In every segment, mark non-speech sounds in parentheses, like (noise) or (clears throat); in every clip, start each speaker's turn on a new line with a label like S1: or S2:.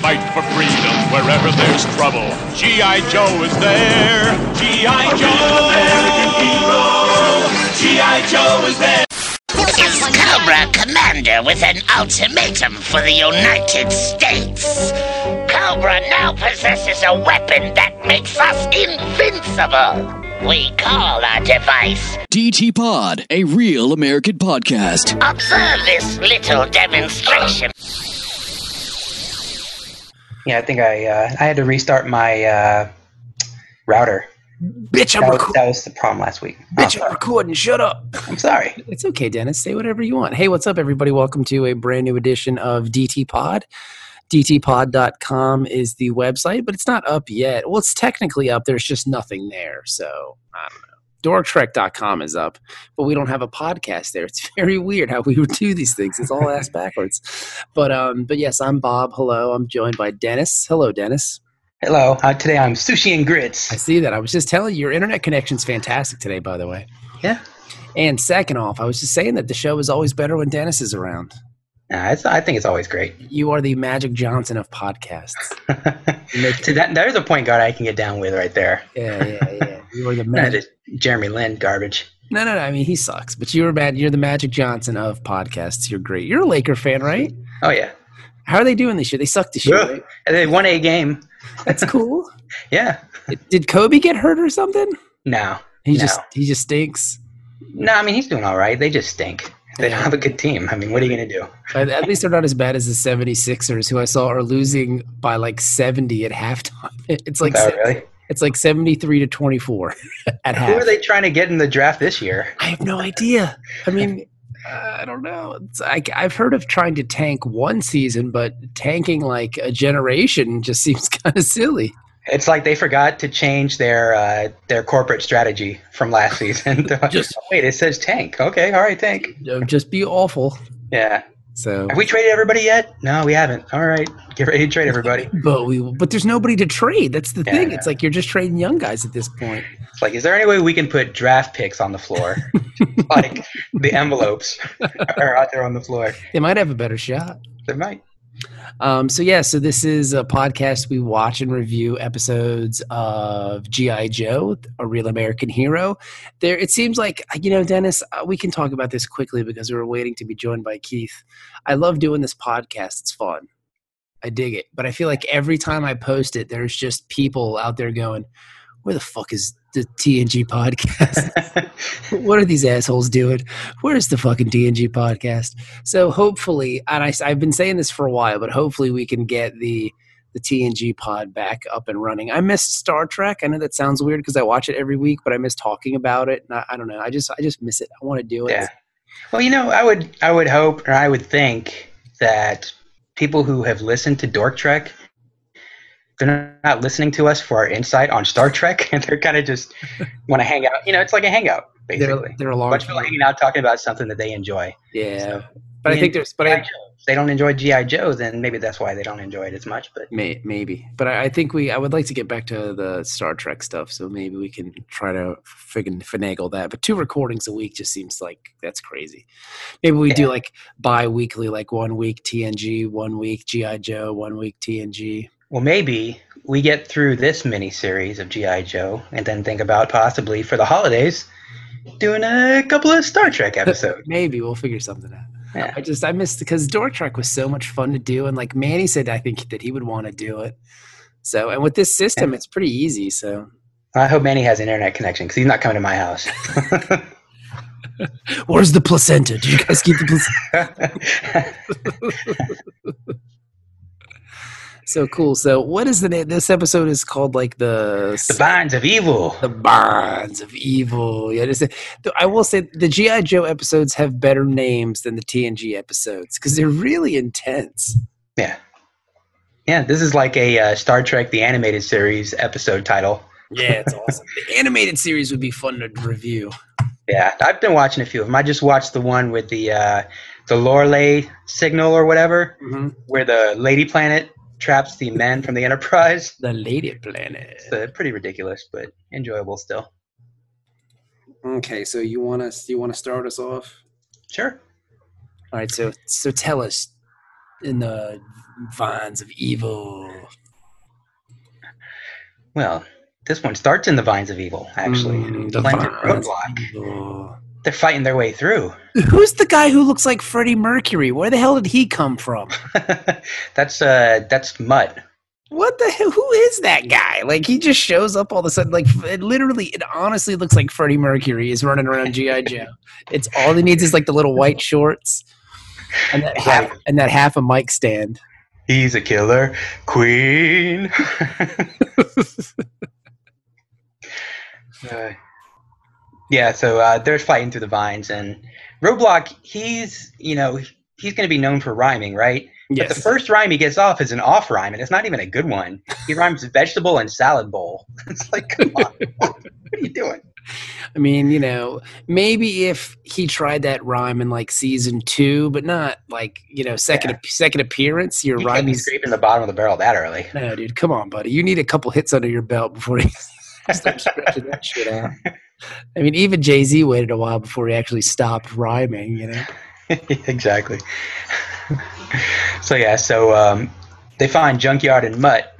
S1: fight for freedom wherever there's trouble. G.I. Joe is there. G.I. Joe. American hero. G.I. Joe is there.
S2: Is Cobra Commander with an ultimatum for the United States. Cobra now possesses a weapon that makes us invincible. We call our device
S3: DT Pod, a real American podcast.
S2: Observe this little demonstration.
S4: Yeah, I think I uh, I had to restart my uh, router.
S5: Bitch,
S4: That
S5: I'm,
S4: was,
S5: reco-
S4: that was the problem last week. Oh,
S5: bitch, I'm recording. Shut up.
S4: I'm sorry.
S5: (laughs) It's okay, Dennis. Say whatever you want. Hey, what's up, everybody? Welcome to a brand new edition of DT Pod. DTPod.com is the website, but it's not up yet. Well, it's technically up. There's just nothing there. So I don't know. DorkTrek.com is up, but we don't have a podcast there. It's (laughs) very weird how we would do these things. It's all ass backwards. But um, but yes, I'm Bob. Hello. I'm joined by Dennis. Hello, Dennis.
S4: Hello. Uh, today I'm sushi and grits.
S5: I see that. I was just telling you, your internet connection's fantastic today, by the way.
S4: Yeah. Uh,
S5: And second off, I was just saying that the show is always better when Dennis is around.
S4: Uh, it's, I think it's always great. (laughs)
S5: You are the Magic Johnson of podcasts.
S4: (laughs)
S5: Make-
S4: See, that, there's a point guard I can get down with right there.
S5: yeah, yeah, yeah. You are the
S4: Not
S5: magic.
S4: just Jeremy Lin garbage.
S5: No, no, no. I mean, he sucks, but you're bad. You're the Magic Johnson of podcasts. You're great. You're a Laker fan, right?
S4: Oh yeah,
S5: How are they doing this year? They
S4: (laughs)
S5: suck this year.
S4: Yeah.
S5: Right?
S4: And they won a game.
S5: That's cool.
S4: Yeah.
S5: Did Kobe get hurt or something?
S4: No,
S5: He
S4: No.
S5: just he just stinks.
S4: no. I mean he's doing all right. They just stink. They don't
S5: Yeah.
S4: have a good team. I mean, what are you gonna do?
S5: But at least they're not as bad as the 76ers, who I saw are losing by like 70 at halftime. (laughs) It's like
S4: Oh,
S5: se-
S4: really?
S5: it's like 73 to 24 (laughs) at half.
S4: Who are they trying to get in the draft this year?
S5: I have no idea. I mean, uh, I don't know. It's like I've heard of trying to tank one season, but tanking like a generation just (laughs) seems kind of silly.
S4: It's like they forgot to change their uh, their corporate strategy from last season. (laughs) "Oh,
S5: Just-
S4: wait, it says tank. Okay, all right, tank.
S5: You know, Just be awful.
S4: Yeah.
S5: So,
S4: Have we traded everybody yet? No, we haven't. All right, get ready to trade everybody.
S5: but we, but there's nobody to trade. That's the
S4: Yeah,
S5: thing.
S4: yeah.
S5: It's like you're just trading young guys at this point.
S4: It's like, is there any way we can put draft picks on the floor? (laughs) like the envelopes (laughs) are out there on the floor.
S5: They might have a better shot.
S4: They might. (laughs)
S5: Um, so yeah, so this is a podcast we watch and review episodes of GI Joe, a real American hero. There, it seems like you know, Dennis. uh, We can talk about this quickly because we were waiting to be joined by Keith. I love doing this podcast; it's fun. I dig it, but I feel like every time I post it, there's just people out there going, "Where the fuck is the TNG (laughs) podcast?" what are these assholes doing? Where's the fucking DNG podcast? So hopefully, and I, have been saying this for a while, but hopefully we can get the the TNG pod back up and running. I missed Star Trek. I know that sounds weird because I watch it every week, but I miss talking about it. And I, I don't know. I just I just miss it. I want to do it.
S4: Yeah. Well, you know, I would I would hope or I would think that people who have listened to Dork Trek they're not listening to us for our insight on Star Trek (laughs) and they're kind of
S5: (laughs)
S4: just want to hang out. You know, it's like a hangout
S5: They're,
S4: basically.
S5: they're a
S4: A
S5: long
S4: bunch of people hanging out talking about something that they enjoy.
S5: Yeah,
S4: So,
S5: but I
S4: and
S5: think there's but
S4: G.I.
S5: I,
S4: Joe. If they don't enjoy GI Joe, then maybe that's why they don't enjoy it as much. But
S5: May, maybe, but I, I think we. I would like to get back to the Star Trek stuff, so maybe we can try to friggin' finagle that. But two recordings a week just seems like that's crazy. Maybe we do
S4: Yeah.
S5: like bi-weekly, like one week TNG, one week GI Joe, one week TNG.
S4: well, maybe we get through this mini series of GI Joe and then think about possibly for the holidays doing a couple of Star Trek episodes.
S5: Maybe we'll figure something out.
S4: Yeah.
S5: I just I missed because Dork Trek was so much fun to do, and like Manny said, I think that he would want to do it. So, and with this system, it's pretty easy. So,
S4: I hope Manny has an internet connection because he's not coming to my
S5: (laughs)
S4: house. (laughs)
S5: where's the placenta? Did you guys keep the placenta? So cool. So what is the name? This episode is called like the
S4: the bonds of evil.
S5: the bonds of evil. Yeah, just, I will say the GI Joe episodes have better names than the TNG episodes because they're really intense.
S4: Yeah, yeah. This is like a uh, Star Trek: The Animated Series episode title.
S5: Yeah, it's awesome. the animated series would be fun to review.
S4: Yeah, I've been watching a few of them. I just watched the one with the uh, the Lorelei signal or whatever,
S5: Mm-hmm.
S4: where the Lady Planet traps the men from the Enterprise.
S5: The Lady Planet.
S4: It's uh, pretty ridiculous, but enjoyable still.
S5: Okay, so you want us? You want to start us off?
S4: Sure.
S5: All right. So so tell us, in the vines of evil.
S4: Well, this one starts in the vines of evil, actually.
S5: Mm, the
S4: Planted
S5: vines of
S4: roadblock.
S5: evil.
S4: They're fighting their way through. (laughs)
S5: Who's the guy who looks like Freddie Mercury? Where the hell did he come from?
S4: that's uh, that's Mutt.
S5: What the hell? Who is that guy? Like he just shows up all of a sudden. Like it literally, it honestly looks like Freddie Mercury is running around
S4: (laughs)
S5: GI Joe. It's all he needs is like the little white shorts and that half and that half a mic stand.
S4: He's a killer queen. (laughs) Uh, yeah, so uh, they're fighting through the vines, and Roblox. He's you know he's going to be known for rhyming, right? But the first rhyme he gets off is an off rhyme, and it's not even a good one. He rhymes vegetable and salad bowl. (laughs) It's like, come on, (laughs) what are you doing?
S5: I mean, you know, maybe if he tried that rhyme in like season two, but not like you know second second appearance. Your
S4: You can't
S5: rhyme
S4: be
S5: is
S4: scraping the bottom of the barrel that early.
S5: no, dude. Come on, buddy. You need a couple hits under your belt before you (laughs) start stretching that
S4: (laughs)
S5: shit out. I mean, even Jay Z waited a while before he actually stopped rhyming. You know,
S4: (laughs) exactly. so yeah, so um, they find Junkyard and Mutt,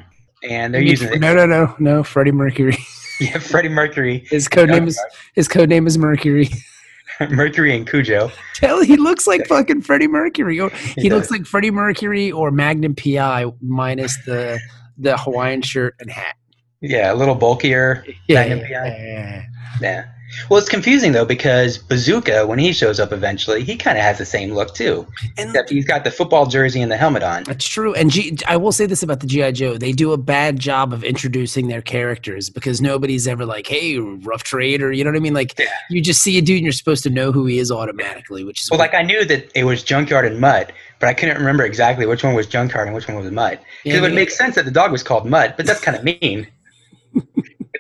S4: and they're using it.
S5: no, no, no, no. Freddie
S4: (laughs)
S5: Mercury. (laughs)
S4: Yeah, Freddie Mercury, (laughs)
S5: His code name is his code name is Mercury. (laughs)
S4: Mercury and Cujo.
S5: Tell he looks like fucking Freddie Mercury, or he,
S4: He
S5: looks
S4: does.
S5: like Freddie Mercury or Magnum PI minus the the Hawaiian shirt and hat.
S4: Yeah, a little bulkier. Magnum PI.
S5: yeah.
S4: Yeah. Well, it's confusing though because Bazooka, when he shows up eventually, he kind of has the same look too,
S5: And
S4: except he's got the football jersey and the helmet on.
S5: That's true. And G- I will say this about the G.I. Joe. They do a bad job of introducing their characters because nobody's ever like, hey, rough trade, or you know what I mean? Like,
S4: Yeah.
S5: you just see a dude and you're supposed to know who he is automatically, which is
S4: Well, like I knew that it was Junkyard and Mutt, but I couldn't remember exactly which one was Junkyard and which one was Mutt. 'Cause
S5: Yeah,
S4: it would
S5: yeah.
S4: make sense that the dog was called Mutt, but that's kind
S5: (laughs)
S4: of mean. but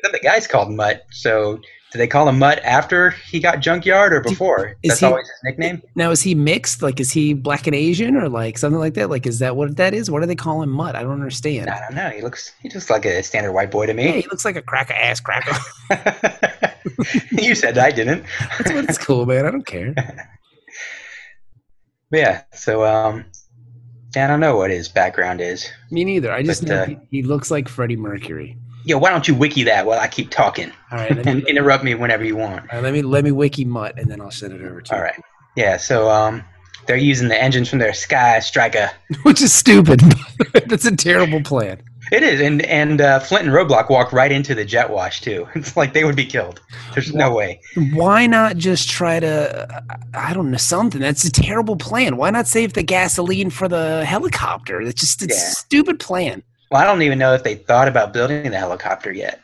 S4: then the guy's called Mutt, so did they call him Mutt after he got Junkyard or before?
S5: is
S4: that's
S5: he-
S4: always his
S5: (laughs)
S4: nickname.
S5: now is he mixed? Like, is he black and Asian or like something like that? Like, is that what that is? What do they call him? Mutt? I don't understand.
S4: I don't know. He looks he looks like a standard white boy to
S5: Yeah,
S4: me.
S5: he looks like a cracker ass cracker. (laughs)
S4: (laughs) you said I didn't.
S5: That's what it's cool, man. I don't care.
S4: But yeah. So um, yeah, I don't know what his background is.
S5: Me neither. I just
S4: But,
S5: know
S4: uh,
S5: he, he looks like Freddie Mercury.
S4: Yo, why don't you wiki that while I keep talking
S5: All right,
S4: (laughs)
S5: let me,
S4: and interrupt me whenever you want.
S5: all right, let me let me wiki Mutt and then I'll send it over to you.
S4: All right. Yeah. So um, they're using the engines from their Sky Striker.
S5: (laughs) which is stupid. That's a terrible plan.
S4: It is, and and uh, Flint and Roblox walk right into the jet wash too. (laughs) It's like they would be killed. There's no way.
S5: Why not just try to, I I don't know, something? That's a terrible plan. Why not save the gasoline for the helicopter? It's just it's
S4: Yeah.
S5: a stupid plan.
S4: Well, I don't even know if they thought about building the helicopter yet.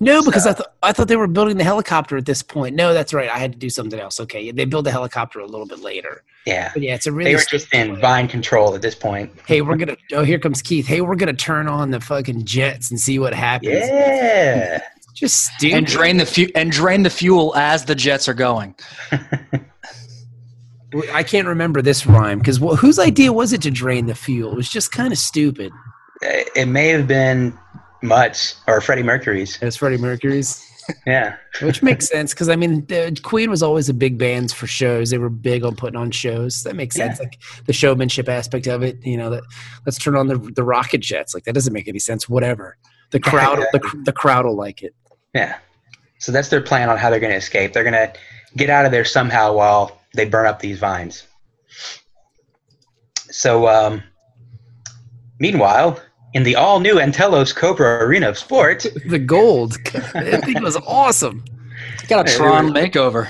S5: No, because I
S4: So-
S5: thought I thought they were building the helicopter at this point. No, that's right. I had to do something else. Okay, they build the helicopter a little bit later.
S4: Yeah.
S5: But yeah, it's a really
S4: They were
S5: stupid
S4: just in
S5: plan.
S4: vine control at this point.
S5: Hey, we're gonna. Oh, here comes Keith. Hey, we're gonna turn on the fucking jets and see what happens.
S4: Yeah.
S5: Just stupid.
S6: and drain the fu- and drain the fuel as the jets are going.
S5: I can't remember this rhyme because whose idea was it to drain the fuel? It was just kind of stupid.
S4: It it may have been Mutt's or Freddie Mercury's.
S5: It was Freddie Mercury's,
S4: Yeah.
S5: which makes sense because I mean, the, Queen was always a big band for shows. They were big on putting on shows. That makes sense, like the showmanship aspect of it. You know, that let's turn on the the rocket jets. Like that doesn't make any sense. Whatever. The (laughs) crowd, the, cr- the crowd will like it.
S4: Yeah. So that's their plan on how they're going to escape. They're going to get out of there somehow while they burn up these vines. So, um, meanwhile, in the all new Antelos Cobra Arena of Sport, (laughs)
S5: The gold, (laughs) that thing was awesome.
S6: Got a
S4: Yeah,
S6: Tron makeover.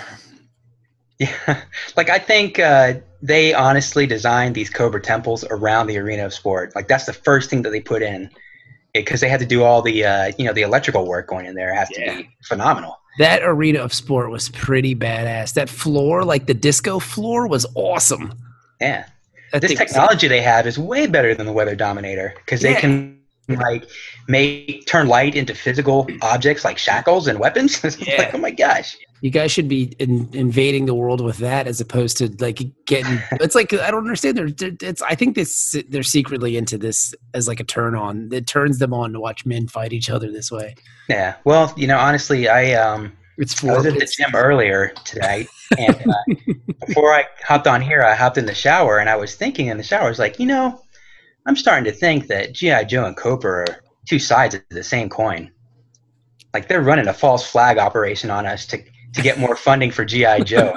S4: yeah, like I think uh, they honestly designed these Cobra temples around the Arena of Sport. Like that's the first thing that they put in because they had to do all the uh, you know the electrical work going in there has to be phenomenal.
S5: That arena of sport was pretty badass. That floor, like the disco floor, was awesome.
S4: Yeah.
S5: That
S4: this
S5: thing was-
S4: technology they have is way better than the weather dominator because they
S5: Yeah.
S4: can like make turn light into physical objects like shackles and weapons (laughs) It's
S5: Yeah.
S4: like oh my gosh
S5: You guys should be in, invading the world with that, as opposed to like
S4: (laughs)
S5: getting. It's like I don't understand. They're, they're- it's. I think this they're secretly into this as like a turn on. It turns them on to watch men fight each other this way.
S4: yeah well you know honestly i um
S5: It's
S4: I
S5: four.
S4: was at the gym earlier tonight, and uh, before I hopped on here, I hopped in the shower, and I was thinking in the shower, I was like, you know, I'm starting to think that GI Joe and Cooper are two sides of the same coin. Like they're running a false flag operation on us to to get more funding for GI Joe,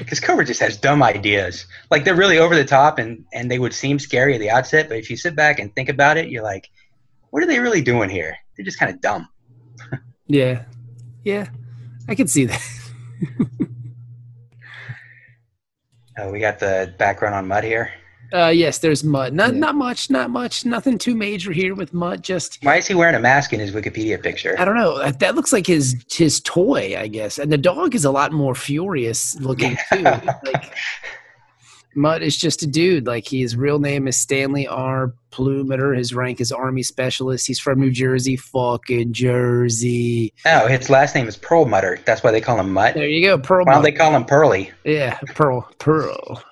S4: because Cooper just has dumb ideas. Like they're really over the top, and and they would seem scary at the outset, but if you sit back and think about it, you're like, what are they really doing here? They're just kind of dumb.
S5: Yeah. Yeah. I can see that.
S4: Uh, we got the background on mud here.
S5: Uh, yes, there's mud. Not not much, not much, nothing too major here with mud. Just
S4: Why is he wearing a mask in his Wikipedia picture?
S5: I don't know. uh, That- That looks like his his toy, I guess. And the dog is a lot more furious looking too. like Mutt is just a dude. Like his real name is Stanley R. Plumeter. His rank is Army Specialist. He's from New Jersey, fucking Jersey.
S4: No, Oh, his last name is Perlmutter. That's why they call him Mutt.
S5: There you go, Pearl.
S4: Why don't they
S5: Mutt.
S4: call him Pearly?
S5: yeah, Pearl, Pearl.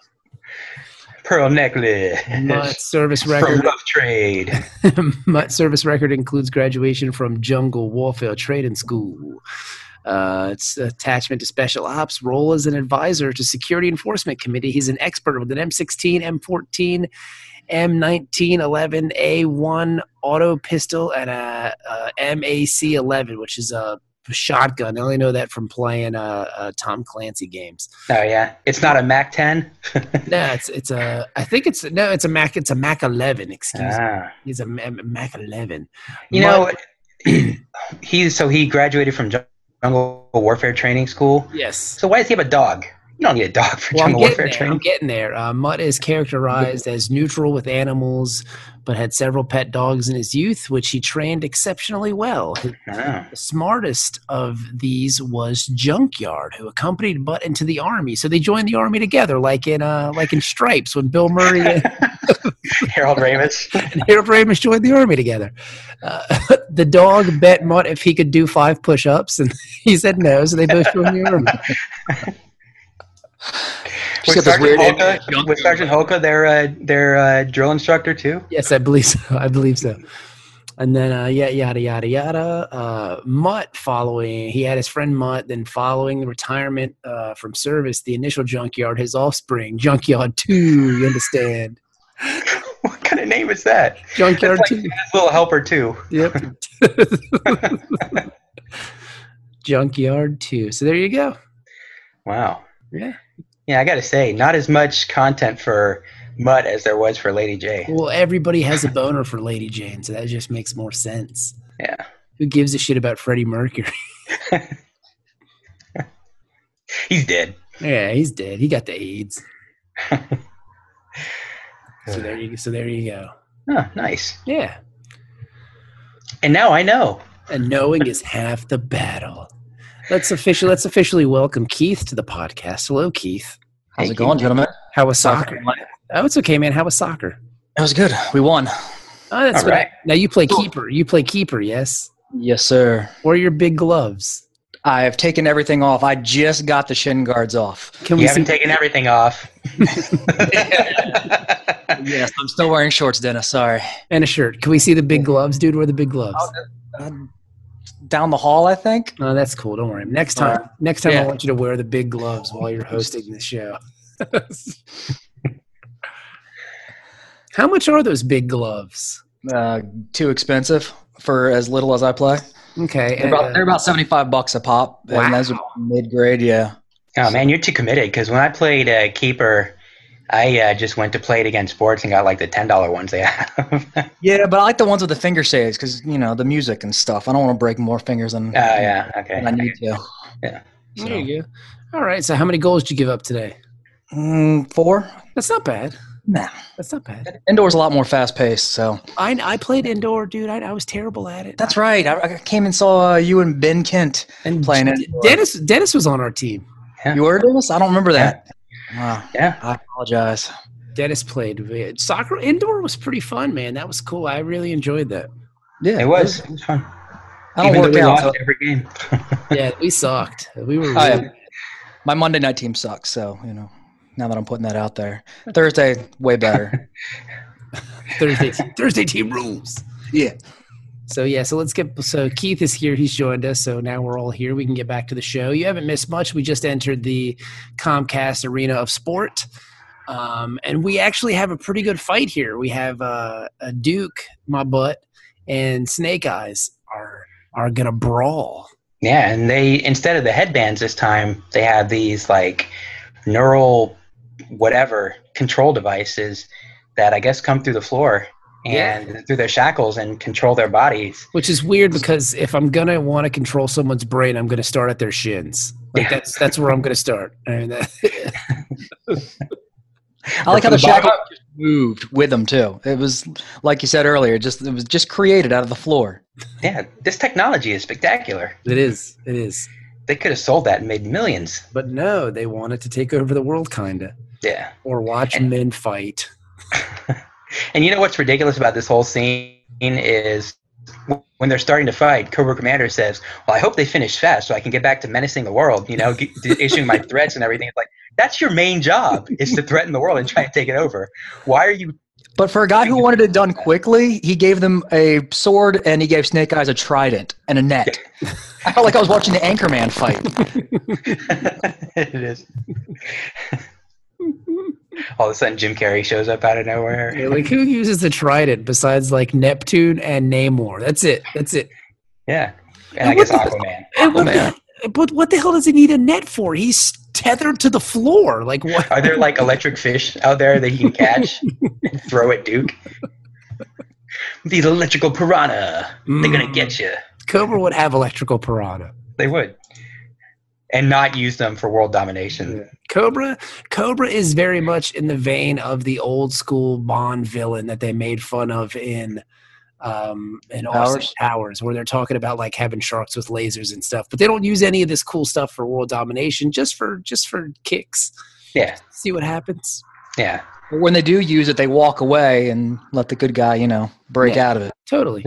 S4: Pearl necklace.
S5: Mutt
S4: (laughs)
S5: service
S4: From
S5: record.
S4: Love Trade.
S5: (laughs) My service record includes graduation from Jungle Warfare Training School. Uh, it's attachment to special ops, role as an advisor to Security Enforcement Committee. He's an expert with an M16, M14, M1911, A1 auto pistol, and a, a MAC11, which is a shotgun. I only know that from playing uh, uh, Tom
S4: (laughs)
S5: Clancy games.
S4: Oh, yeah. It's not a MAC 10?
S5: No, it's it's a. I think it's no, it's a Mac. It's a Mac 11. Excuse me.
S4: Ah.
S5: He's a Ma- Mac 11.
S4: You
S5: Mutt-
S4: know, (clears throat) he, so he graduated from Jungle Warfare Training School.
S5: Yes.
S4: So why does he have a dog? You don't need a dog for
S5: Well, I'm
S4: Jungle
S5: getting,
S4: Warfare
S5: there. I'm
S4: Training.
S5: getting there. Uh, Mutt is characterized as neutral with animals, but had several pet dogs in his youth, which he trained exceptionally well.
S4: Oh.
S5: The smartest of these was Junkyard, who accompanied Mutt into the army. So they joined the army together, like in uh, like in Stripes, when Bill Murray and
S4: Oh. Harold
S5: (laughs)
S4: Ramis.
S5: and Harold Ramis joined the army together. Uh, (laughs) the dog bet Mutt if he could do five push-ups, and (laughs) he said no, so they both joined the army.
S6: She's
S4: Was
S6: got this weird
S4: Sergeant,
S6: image of
S4: Holka,
S6: Junk
S4: was Sergeant Holka their, uh, their uh, drill instructor, too? (laughs)
S5: Yes, I believe so. (laughs) I believe so. And then uh, yeah, yada yada yada. Uh, Mutt following he had his friend Mutt. Then following the retirement uh, from service, the initial junkyard, his offspring, junkyard two. You understand?
S4: What kind of name is that?
S5: Junkyard
S4: It's like-
S5: two.
S4: His little helper, too.
S5: Yep. (laughs) junkyard two. So there you go.
S4: Wow.
S5: Yeah.
S4: Yeah, I gotta say, not as much content for Mutt as there was for Lady J.
S5: Well, everybody has a boner for Lady Jane, so that just makes more sense.
S4: Yeah.
S5: Who gives a shit about Freddie Mercury?
S4: He's dead.
S5: Yeah, he's dead. He got the AIDS. so there you so there you go.
S4: Oh, nice.
S5: Yeah.
S4: And now I know.
S5: And knowing is half the battle. Let's officially let's officially welcome Keith to the podcast. Hello, Keith.
S6: How's it going, gentlemen?
S5: How was soccer? Oh, it's okay, man. How was soccer?
S6: It was good. We won.
S5: Oh, that's
S4: All
S5: what I-
S4: right.
S5: now you play keeper. You play keeper, yes.
S6: Yes, sir.
S5: Or your big gloves.
S6: I've taken everything off. I just got the shin guards off.
S5: Can
S4: You
S5: we see
S4: haven't taken everything off.
S6: (laughs) Yes, I'm still wearing shorts, Dennis. Sorry.
S5: and a shirt? Can we see the big gloves, dude? Wear the big gloves.
S6: Uh, Down the hall, I think.
S5: No, Oh, that's cool. Don't worry. Next time, next time I
S6: Yeah.
S5: want you to wear the big gloves while you're hosting the show. (laughs) How much are those big gloves?
S6: Uh, too expensive for as little as I play.
S5: Okay,
S6: They're
S5: and,
S6: about, they're
S5: uh,
S6: about 75 bucks a pop.
S5: Wow.
S6: And that's mid grade, yeah.
S4: oh man, you're too committed. Because when I played uh, keeper, I uh, just went to play it against sports and got like the ten dollar ones they (laughs) have. oh
S6: Yeah, but I like the ones with the finger saves because, you know, the music and stuff. I don't want to break more fingers than,
S4: yeah,
S6: than
S4: okay.
S6: I need to.
S5: there you go. All right. So, how many goals did you give up today?
S6: Mm, four?
S5: That's not bad.
S6: Nah.
S5: That's not bad.
S6: Indoor's a lot more fast paced, so.
S5: I I played indoor, dude. I, I was terrible at it.
S6: That's right. I, I came and saw uh, you and Ben Kent
S5: and
S6: playing
S5: D-
S6: indoor.
S5: Dennis Dennis was on our team.
S6: You were Dennis? I don't remember that. Wow.
S4: Yeah.
S6: I apologize.
S5: Dennis played We- soccer. Indoor was pretty fun, man. That was cool. I really enjoyed that.
S6: Yeah,
S4: It was. It was fun.
S6: I don't
S4: Even though
S6: work
S4: we lost
S6: out. so-
S4: every game.
S5: Yeah, we sucked. We were.
S6: I-
S5: really-
S6: my Monday night team sucks, so you know. Now that I'm putting that
S4: (laughs)
S6: out there, Thursday way better.
S5: Thursday Thursday team rules.
S6: yeah.
S5: So yeah, so let's get so Keith is here. He's joined us. So now we're all here. We can get back to the show. You haven't missed much. We just entered the Comcast Arena of Sport, um, and we actually have a pretty good fight here. We have uh, a Duke, my butt, and Snake Eyes are are gonna brawl.
S4: Yeah, and they instead of the headbands this time, they had these like neural whatever control devices that I guess come through the floor
S5: Yeah.
S4: and through their shackles and control their bodies.
S5: Which is weird because if I'm gonna want to control someone's brain, I'm gonna start at their shins. Like
S4: Yeah.
S5: that's that's where I'm gonna start. I mean, that, (laughs)
S6: I like how the
S4: From the
S6: shackle just moved with them too. It was like you said earlier, just it was just created out of the floor.
S4: Yeah, this technology is spectacular.
S5: it is. It is.
S4: They could have sold that and made millions.
S5: But no, they wanted to take over the world, kinda,
S4: Yeah.
S5: or watch men fight.
S4: And you know what's ridiculous about this whole scene is when they're starting to fight, Cobra Commander says, "Well, I hope they finish fast so I can get back to menacing the world." You know, g- d- issuing my threats and everything. It's like that's your main job is to threaten the world and try and take it over. Why are you? (laughs)
S6: But for a guy who wanted it done quickly, he gave them a sword and he gave Snake Eyes a trident and a net. (laughs) I felt like I was watching the Anchorman fight.
S4: it is. (laughs) All of a sudden, Jim Carrey shows up out of
S5: Yeah,
S4: nowhere.
S5: like who uses the trident besides like Neptune and Namor? That's it. That's it.
S4: Yeah, and I guess Aquaman.
S5: And what the-
S6: Aquaman.
S5: (laughs) but what the hell does he need a net for? He's tethered to the floor. Like what? (laughs)
S4: Are there like electric fish out there that he can catch and throw at Duke? These electrical piranha, they're gonna
S5: Mm.
S4: get you.
S5: Cobra would have electrical piranha.
S4: They would, and not use them for world domination.
S5: Cobra Cobra is very much in the vein of the old school Bond villain that they made fun of in um in Austin
S6: Powers?
S5: Powers where they're talking about like having sharks with lasers and stuff but they don't use any of this cool stuff for world domination just for just for kicks
S4: Yeah,
S5: see what happens
S4: yeah.
S6: But when they do use it, they walk away and let the good guy, you know, break out of it.
S5: totally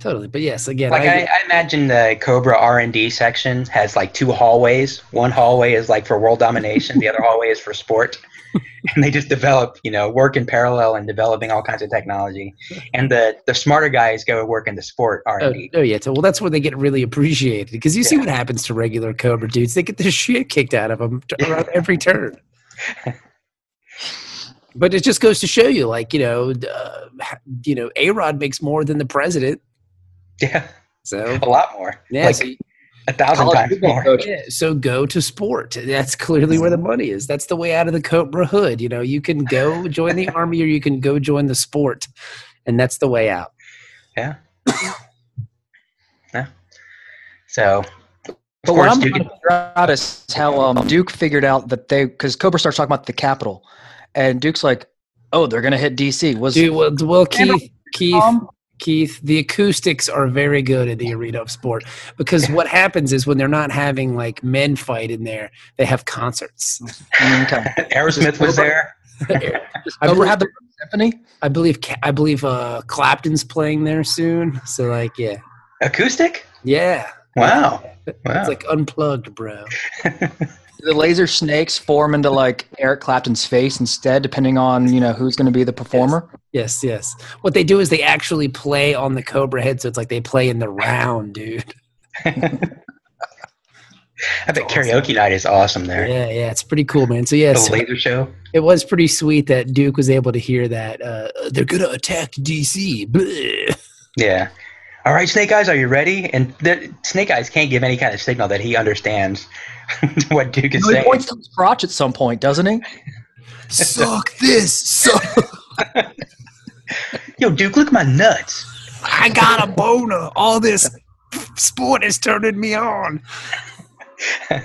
S5: totally but yes again
S4: Like I,
S5: I,
S4: I imagine the Cobra R and D section has like two hallways. One hallway is like for world domination. the other hallway is for sport. (laughs) And they just develop, you know, work in parallel and developing all kinds of technology. And the the smarter guys go work in the sport R
S5: Oh,
S4: and D.
S5: oh yeah, so, well that's where they get really appreciated because you see
S4: Yeah.
S5: what happens to regular Cobra dudes. They get the shit kicked out of
S4: (laughs)
S5: them around every turn. but it just goes to show you, like you know, d- uh, ha- you know, A Rod makes more than the president.
S4: (laughs) Yeah,
S5: So
S4: a lot more. (laughs)
S5: yeah,
S4: like (laughs)
S5: so, you-
S4: a thousand
S6: College
S4: times
S6: football
S4: more.
S6: coach.
S5: yeah, so go to sport. That's clearly
S4: (laughs)
S5: where the money is. That's the way out of the Cobra hood. You know, you can go join the army or you can go join the sport, and that's the way out.
S4: So,
S6: But what
S4: course,
S6: I'm
S4: Duke-
S6: trying to figure out is how um, Duke figured out that they, because Cobra starts talking about the capital, and Duke's like, "Oh, they're gonna hit DC." Was
S5: Dude, well, well Keith, Keith,
S6: Um,
S5: Keith, the acoustics are very good in the arena of sport because what happens is when they're not having like men fight in there, they have concerts.
S6: okay.
S4: (laughs) Aerosmith was there.
S5: I
S6: Cobra
S5: believe,
S6: had the symphony.
S5: I believe, Ca- I believe uh, Clapton's playing there soon. So like, yeah,
S4: Acoustic?
S5: yeah,
S4: Wow. Wow.
S5: it's like unplugged, bro.
S6: the laser snakes form into like Eric Clapton's face instead, depending on you know who's going to be the performer.
S5: Yes, yes. What they do is they actually play on the Cobra head, so it's like they play in the round, dude.
S4: I bet karaoke night is awesome there.
S5: Yeah, yeah, it's pretty cool, man. So yeah,
S4: The
S5: so-
S4: laser show.
S5: it was pretty sweet that Duke was able to hear that uh, they're gonna attack DC. Bleh.
S4: Yeah. All right, Snake Eyes, are you ready? And the, Snake Eyes can't give any kind of signal that he understands (laughs) what Duke is
S6: You know, he
S4: saying.
S6: points to his crotch at some point, doesn't he?
S5: Suck this, suck.
S4: Yo, Duke, look at my nuts.
S5: I got a boner. All this sport is turning me on. (laughs)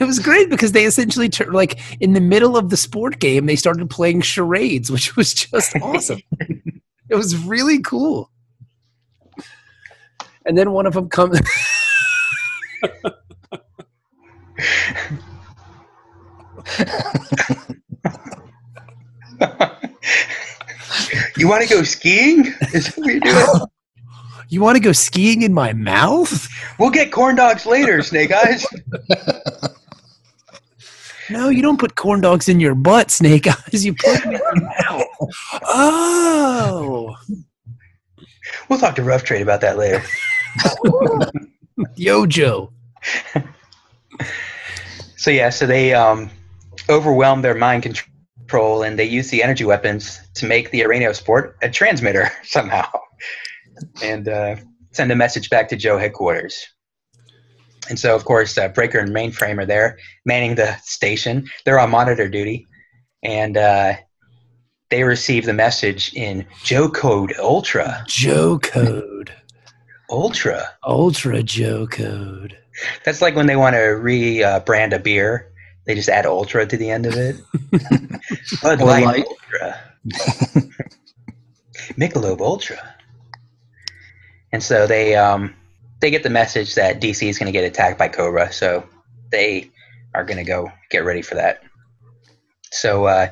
S5: It was great because they essentially tur like in the middle of the sport game, they started playing charades, which was just awesome. it was really cool. And then one of them comes.
S4: You want to go skiing? (laughs) Is that what you're
S6: (laughs)
S4: doing?
S5: (laughs) You want to go skiing in my mouth?
S4: we'll get corn dogs later, Snake Eyes.
S5: No, you don't put corn dogs in your butt, (laughs) Snake Eyes. You put them in your mouth. Oh.
S4: We'll talk to Rough Trade about that later.
S5: Yojo.
S4: So yeah, so they um, overwhelm their mind control, and they use the energy weapons to make the Areno Sport a transmitter (laughs) somehow, and uh, send a message back to Joe headquarters. And so, of course, uh, Breaker and Mainframe are there, manning the station. They're on monitor duty, and uh, they receive the message in Joe Code Ultra.
S5: Joe code.
S4: Ultra.
S5: Ultra Joe code.
S4: That's like when they want to rebrand uh, brand a beer. They just add ultra to the end of it. Bud
S6: Or
S4: Light,
S6: Light.
S4: Ultra. (laughs) Michelob Ultra. And so they um, they get the message that DC is going to get attacked by Cobra, so they are going to go get ready for that. So uh,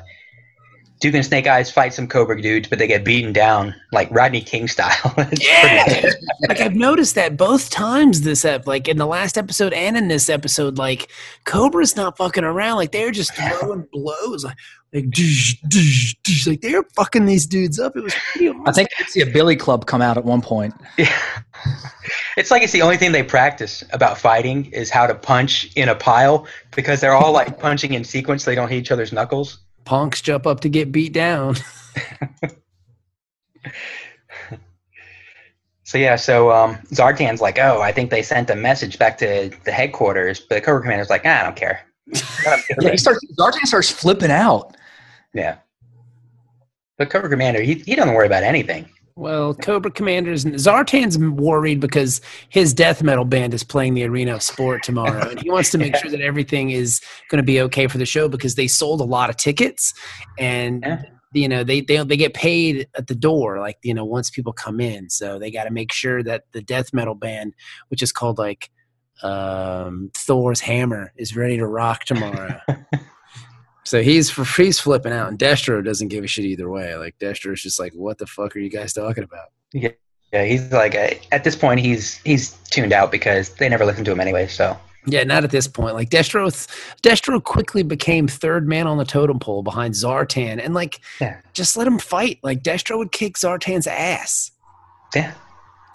S4: Duke and Snake Eyes fight some Cobra dudes, but they get beaten down like Rodney King style. (laughs) It's pretty-
S5: Like I've noticed that both times this ep, like in the last episode and in this episode, like Cobra's not fucking around. Like they're just throwing blows, like like, doosh, doosh, doosh. like they're fucking these dudes up. It was pretty.
S6: I think I see a Billy Club come out at one point.
S4: Yeah. It's like it's the only thing they practice about fighting is how to punch in a pile because they're all like punching in sequence. They don't hit each other's knuckles.
S5: punks jump up to get beat down.
S4: So yeah, so um, Zartan's like, oh, I think they sent a message back to the headquarters, but Cobra Commander's like, ah, I don't care. Let 'em do
S6: Yeah, he
S4: it.
S6: starts. Zartan starts flipping out.
S4: yeah. But Cobra Commander, he, he doesn't worry about anything.
S5: Well, Cobra Commander's Zartan's worried because his death metal band is playing the arena of sport tomorrow, and he wants to make sure that everything is going to be okay for the show because they sold a lot of tickets, and
S4: Yeah.
S5: you know they, they they get paid at the door, like you know once people come in, so they got to make sure that the death metal band, which is called like um, Thor's hammer, is ready to rock tomorrow. So he's for he's flipping out, and Destro doesn't give a shit either way. Like Destro's just like, "What the fuck are you guys talking about?"
S4: Yeah, he's like, eh, at this point, he's he's tuned out because they never listen to him anyway. So
S5: Yeah, not at this point. Like Destro, Destro quickly became third man on the totem pole behind Zartan, and like,
S4: Yeah.
S5: just let him fight. Like Destro would kick Zartan's ass.
S4: yeah,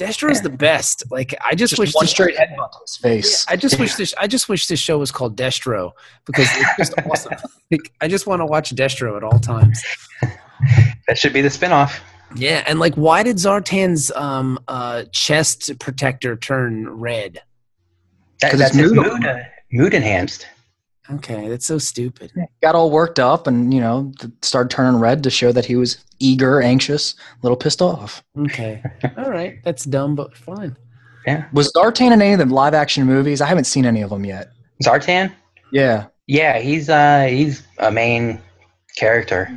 S5: Destro is the best. Like I just, wish
S6: Just one
S5: this-
S6: straight headbutt to his face.
S5: I just wish this. I just wish this show was called Destro because it's just awesome. Like, I just want to watch Destro at all times.
S4: that should be the spinoff.
S5: Yeah, and like, why did Zartan's um, uh, chest protector turn red?
S4: That,
S6: 'Cause
S4: that's
S6: it's
S4: his
S6: mood-
S4: mood, uh, mood enhanced.
S5: Okay, that's so stupid.
S6: Got all worked up and you know th- started turning red to show that he was eager, anxious, a little pissed off.
S5: Okay, all right, that's dumb, but fine.
S4: Yeah,
S6: Was Zartan in any of the live action movies? I haven't seen any of them yet.
S4: Zartan.
S6: Yeah,
S4: Yeah, he's uh he's a main character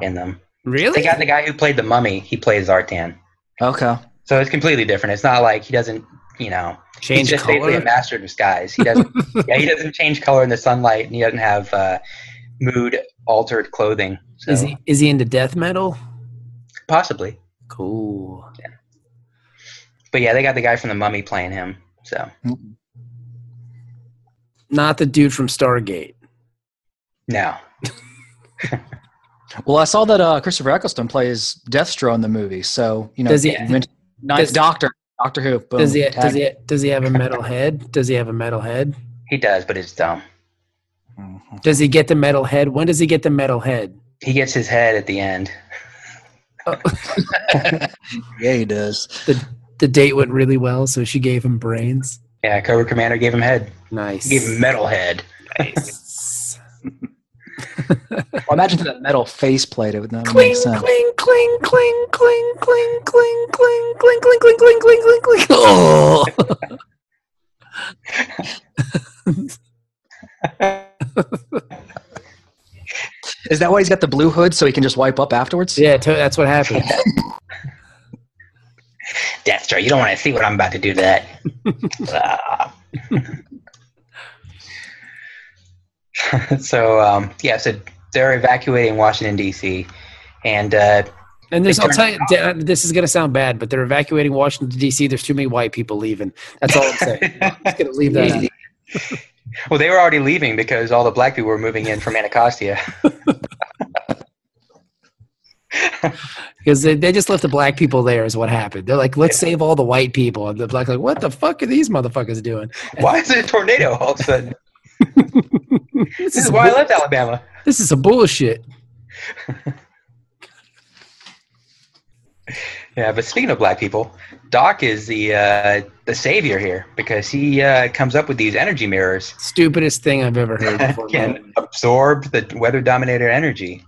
S4: in them. They
S5: Really?
S4: got the guy who played the mummy, he plays Zartan.
S6: Okay.
S4: So it's completely different. It's not like he doesn't, you know, he's
S5: Change
S4: just basically a
S5: color.
S4: master of disguise. He
S5: (laughs)
S4: doesn't yeah, he doesn't change color in the sunlight and he doesn't have uh mood altered clothing. So
S5: Is he is he into death metal?
S4: possibly.
S5: Cool.
S4: But yeah, they got the guy from the mummy playing him. So
S5: Not the dude from Stargate.
S4: no.
S6: Well, I saw that uh, Christopher Eccleston plays Deathstroke in the movie, so you know.
S5: Does he-
S6: you mentioned- Ninth
S5: does-
S6: Doctor, Doctor Who. Boom,
S5: Does he does
S6: tag.
S5: he does he have a metal head? Does he have a metal head?
S4: He does, but it's dumb.
S6: Mhm.
S5: Does he get the metal head? When does he get the metal head?
S4: He gets his head at the end.
S6: (laughs) Yeah, he does.
S5: The date went really well, so she gave him brains.
S4: Yeah, Cobra Commander gave him head.
S5: Nice.
S4: He gave him metal head.
S5: (laughs) nice.
S6: Well, imagine if that metal face played it. That would
S5: Cling,
S6: make sense.
S5: cling, cling, cling, cling, cling, cling, cling, cling, cling, cling, cling, cling, cling, cling. (laughs) Oh.
S6: Is that why he's got the blue hood so he can just wipe up afterwards?
S5: Yeah, to- that's what happened.
S4: Deathstroke, you don't want to see what I'm about to do to that. Ah. (laughs) so, um, yeah, so they're evacuating Washington, D.C., and uh,
S5: And there's,
S4: They
S5: I'll
S4: turn
S5: tell you, Dan, this is going to sound bad, but they're evacuating Washington D.C. There's too many white people leaving. That's all I'm saying. I'm just going to leave that. out.
S4: well, they were already leaving because all the black people were moving in from Anacostia.
S5: because they, they just left the black people there is what happened. They're like, let's save all the white people, and the black like, what the fuck are these motherfuckers doing?
S4: (laughs) Why is it a tornado all of a sudden?
S5: This
S4: This
S5: is
S4: is why I
S5: bull-
S4: left Alabama.
S5: This is some bullshit.
S4: Yeah, but speaking of black people, Doc is the uh, the savior here because he uh, comes up with these energy mirrors
S5: Stupidest thing I've ever heard.
S4: that (laughs)
S5: Before.
S4: can absorb the weather dominator energy.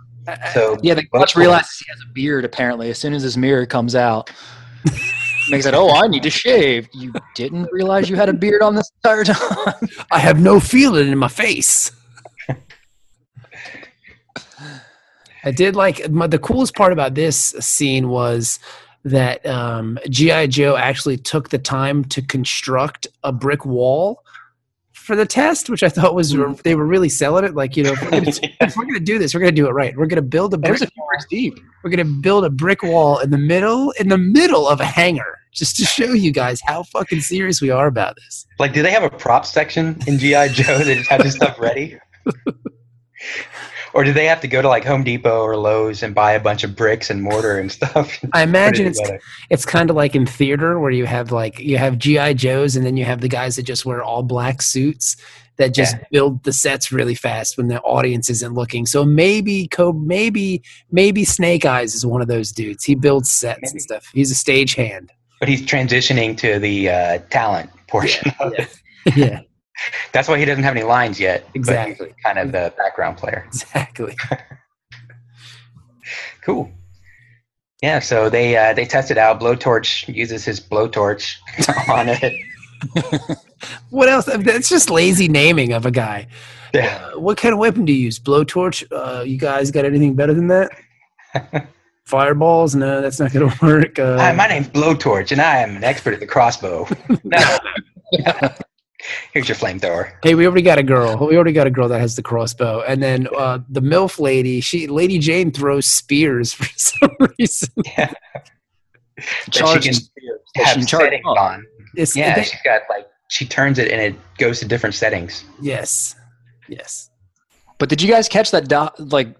S4: So
S6: Yeah, the
S4: Well,
S6: coach realizes he has a beard apparently as soon as his mirror comes out. Makes it, oh, I need to shave. You didn't realize you had a beard on this entire time.
S5: I have no feeling in my face. I did like my, the coolest part about this scene was that um, GI Joe actually took the time to construct a brick wall for the test, which I thought was
S6: Hmm.
S5: they were really selling it. Like you know, if we're
S6: (laughs)
S5: gonna, if we're gonna do this, we're gonna do it right. We're gonna build a
S6: It
S5: brick.
S6: was a few bricks (laughs) deep.
S5: We're gonna build a brick wall in the middle in the middle of a hangar, just to show you guys how fucking serious we are about this.
S4: Like, do they have a prop section in GI Joe? they just have this stuff
S5: (laughs)
S4: ready, or do they have to go to like Home Depot or Lowe's and buy a bunch of bricks and mortar and stuff? and put
S5: I
S4: it
S5: imagine it's
S4: together?
S5: it's kind of like in theater where you have like you have GI Joes and then you have the guys that just wear all black suits that just build the sets really fast when the audience isn't looking. So maybe Co- maybe maybe Snake Eyes is one of those dudes. He builds sets
S4: Maybe.
S5: and stuff. He's a stagehand.
S4: but he's transitioning to the uh, talent portion. of (laughs) it.
S5: yeah, (laughs)
S4: That's why he doesn't have any lines yet. but he's
S5: Exactly.
S4: kind of the background player.
S5: exactly.
S4: Cool. Yeah, so they uh, they tested out. Blowtorch uses his blowtorch (laughs) on it.
S5: What else? That's just lazy naming of a guy.
S4: Yeah.
S5: Uh, what kind of weapon do you use? Blowtorch? Uh, you guys got anything better
S4: (laughs)
S5: than that? Fireballs? No, that's not going to (laughs) work. Uh,
S4: Hi, my name's Blowtorch, and I am an expert at the
S6: (laughs)
S4: crossbow. No. Here's your flamethrower.
S5: Hey, we already got a girl. We already got a girl that has the crossbow, and then uh, the milf lady. She, Lady Jane, throws spears (laughs) for some reason.
S4: That
S6: Charge
S4: she can
S6: is- that she
S4: have
S6: can charge
S4: settings
S6: up.
S4: on.
S5: It's,
S4: Yeah,
S5: they-
S4: she's got like she turns it and it goes to different settings. (laughs)
S5: yes, yes.
S6: But did you guys catch that? Doc, like,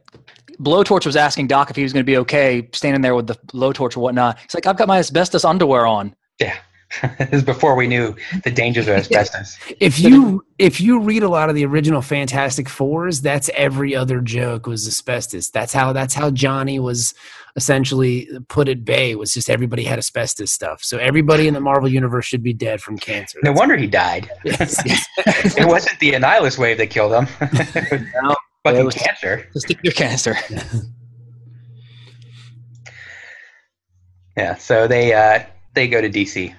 S6: Blowtorch was asking Doc if he was going to be okay standing there with the blowtorch or whatnot. He's like, I've got my asbestos underwear on.
S4: Yeah, this is before we knew the dangers
S6: (laughs)
S4: of asbestos.
S5: If you if you read a lot of the original Fantastic Fours, that's every other joke was asbestos. That's how that's how Johnny was essentially put at bay. Was just everybody had asbestos stuff. So everybody in the Marvel universe should be dead from cancer.
S4: No wonder he died.
S5: Yes, yes.
S4: It wasn't the Annihilus wave that killed him. (laughs)
S6: No, it
S4: fucking
S6: was-
S4: cancer.
S6: Just stick your cancer.
S4: (laughs) Yeah, so they uh, they go to DC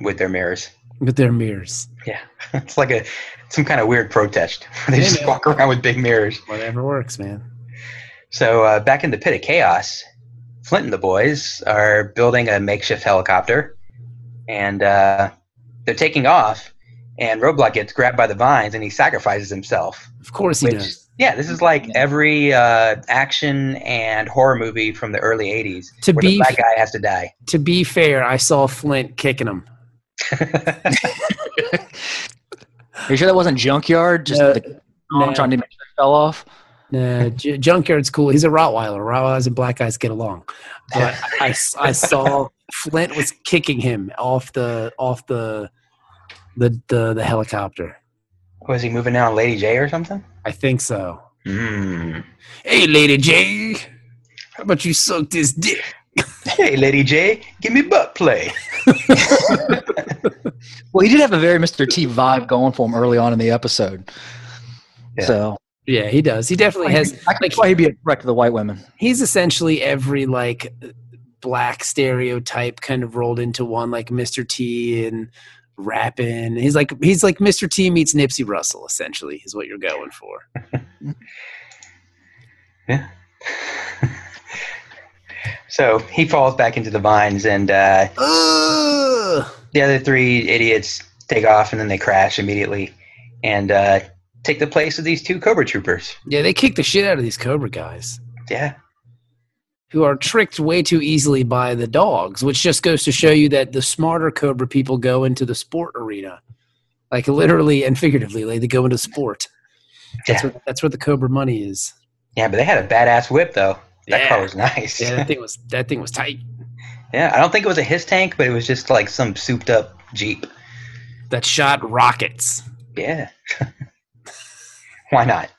S4: with their mirrors.
S5: with their mirrors,
S4: Yeah, (laughs) it's like a some kind of weird protest. (laughs) they just
S5: man.
S4: walk around with big mirrors.
S5: whatever works, man.
S4: So uh, back in the pit of chaos, Flint and the boys are building a makeshift helicopter, and uh, they're taking off. And Roblox gets grabbed by the vines, and he sacrifices himself.
S5: Of course he
S4: Which,
S5: does.
S4: yeah, this is like every uh, action and horror movie from the early '80s,
S5: To
S4: where
S5: be-
S4: the black guy has to die.
S5: To be fair, I saw Flint kicking him.
S6: Are you sure that wasn't junkyard? Just
S5: No,
S6: the, I'm
S5: no.
S6: trying to make sure it fell off.
S5: Nah, J- Junkyard's cool. He's a Rottweiler. Rottweilers and black guys get along. But I, s- I saw Flint was kicking him off the off the the the, the helicopter.
S4: Was he moving in on Lady J or something?
S5: I think so. Hmm.
S4: Mm.
S5: Hey, Lady J, how about you suck this dick?
S4: Hey, Lady J, give me butt play.
S6: Well, he did have a very Mr. T vibe going for him early on in the episode.
S4: Yeah.
S6: So
S5: Yeah, he does. He definitely has.
S6: I can
S5: Like
S6: see why he'd be a threat to the white women.
S5: he's essentially every like black stereotype kind of rolled into one, like Mr. T and rapping. He's like he's like Mr. T meets Nipsey Russell. Essentially, is what you're going for.
S4: So he falls back into the vines, and uh,
S5: Ugh.
S4: the other three idiots take off, and then they crash immediately, and uh, take the place of these two Cobra troopers.
S5: Yeah, they kick the shit out of these Cobra guys
S4: Yeah,
S5: who are tricked way too easily by the dogs, which just goes to show you that the smarter Cobra people go into the sport arena. Like literally and figuratively, like they go into sport. That's,
S4: Yeah.
S5: where, that's where the Cobra money is.
S4: yeah, but they had a badass whip though. That
S5: Yeah.
S4: car was nice. (laughs)
S5: Yeah,
S4: Yeah.
S5: that thing was that thing was tight.
S4: I don't think it was a his tank, but it was just like some souped up Jeep.
S5: That shot rockets.
S4: Yeah. (laughs) Why not?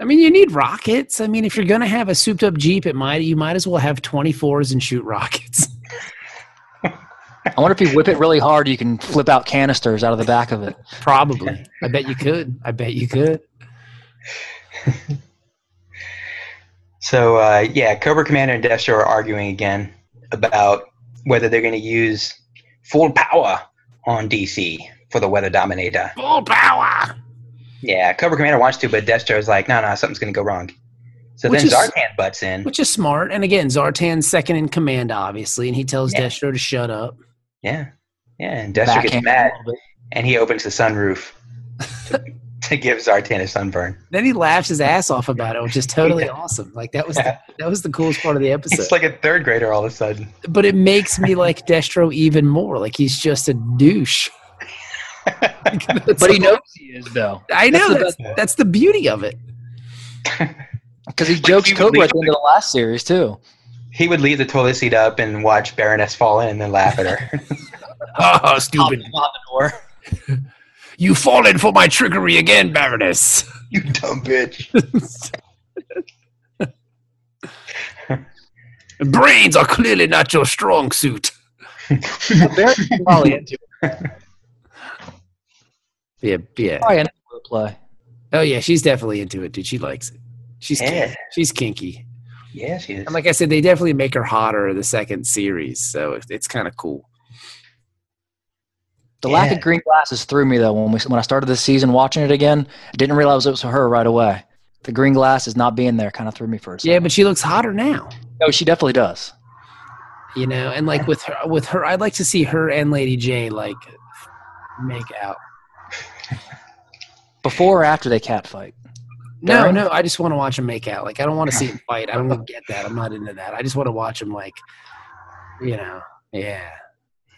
S5: I mean, you need rockets. I mean, if you're gonna have a souped up Jeep, it might you might as well have 24s and shoot rockets. (laughs)
S6: I wonder if you whip it really hard, you can flip out canisters out of the back of it.
S5: Probably. I bet you could. I bet you could.
S4: So uh, yeah, Cobra Commander and Deathstar are arguing again about whether they're going to use full power on DC for the Weather Dominator.
S5: Full power.
S4: Yeah, Cobra Commander wants to, but Deathstar is like, no, no, something's going to go wrong. So
S5: Which
S4: then
S5: is-
S4: Zartan butts in.
S5: Which is smart. And again, Zartan's second in command, obviously, and he tells
S4: Yeah.
S5: Destro to shut up.
S4: yeah, yeah, and Deathstar gets
S6: Backhand
S4: mad
S6: a little bit.
S4: and he opens the sunroof
S5: (laughs)
S4: to give Zartan a sunburn.
S5: Then he laughs his ass off about it, which is totally awesome. Like that was
S4: Yeah.
S5: the, that was the coolest part of the episode.
S4: It's like a third grader all of a sudden.
S5: but it makes me like Destro even more. Like he's just a
S4: (laughs)
S5: douche. (laughs)
S6: But he knows he is though,
S5: I know
S6: the
S5: that's, that's, the beauty of it.
S6: because he jokes
S4: he would
S6: Cobra
S4: leave
S6: at the end of the last series too.
S4: He would leave the toilet seat up and watch Baroness fall in and then laugh at
S5: (laughs)
S4: her. (laughs)
S5: Oh, stupid!
S6: On the door.
S5: You fallen for my trickery again, Baroness.
S4: you dumb bitch.
S5: Brains are clearly not your strong suit.
S6: Very probably into it.
S5: Yeah, yeah.
S6: Probably into it play.
S5: Oh yeah, she's definitely into it, dude. She likes it. She's
S4: Yeah.
S5: kinky. she's kinky.
S4: Yeah, she is.
S5: And like I said, they definitely make her hotter the second series, so it- it's kind of cool.
S6: The lack
S4: Yeah.
S6: of green glasses threw me though when we when I started this season watching it again. I didn't realize it was her right away. The green glasses not being there kind of threw me first.
S5: Yeah, but she looks hotter now.
S6: No, Oh, she definitely does.
S5: you know and like with her with her i'd like to see her and lady j like make out
S6: Before or after they catfight?
S5: no
S6: Darren?
S5: no i just want to watch them make out like i don't want to see them fight i don't get that i'm not into that i just want to watch them like you know yeah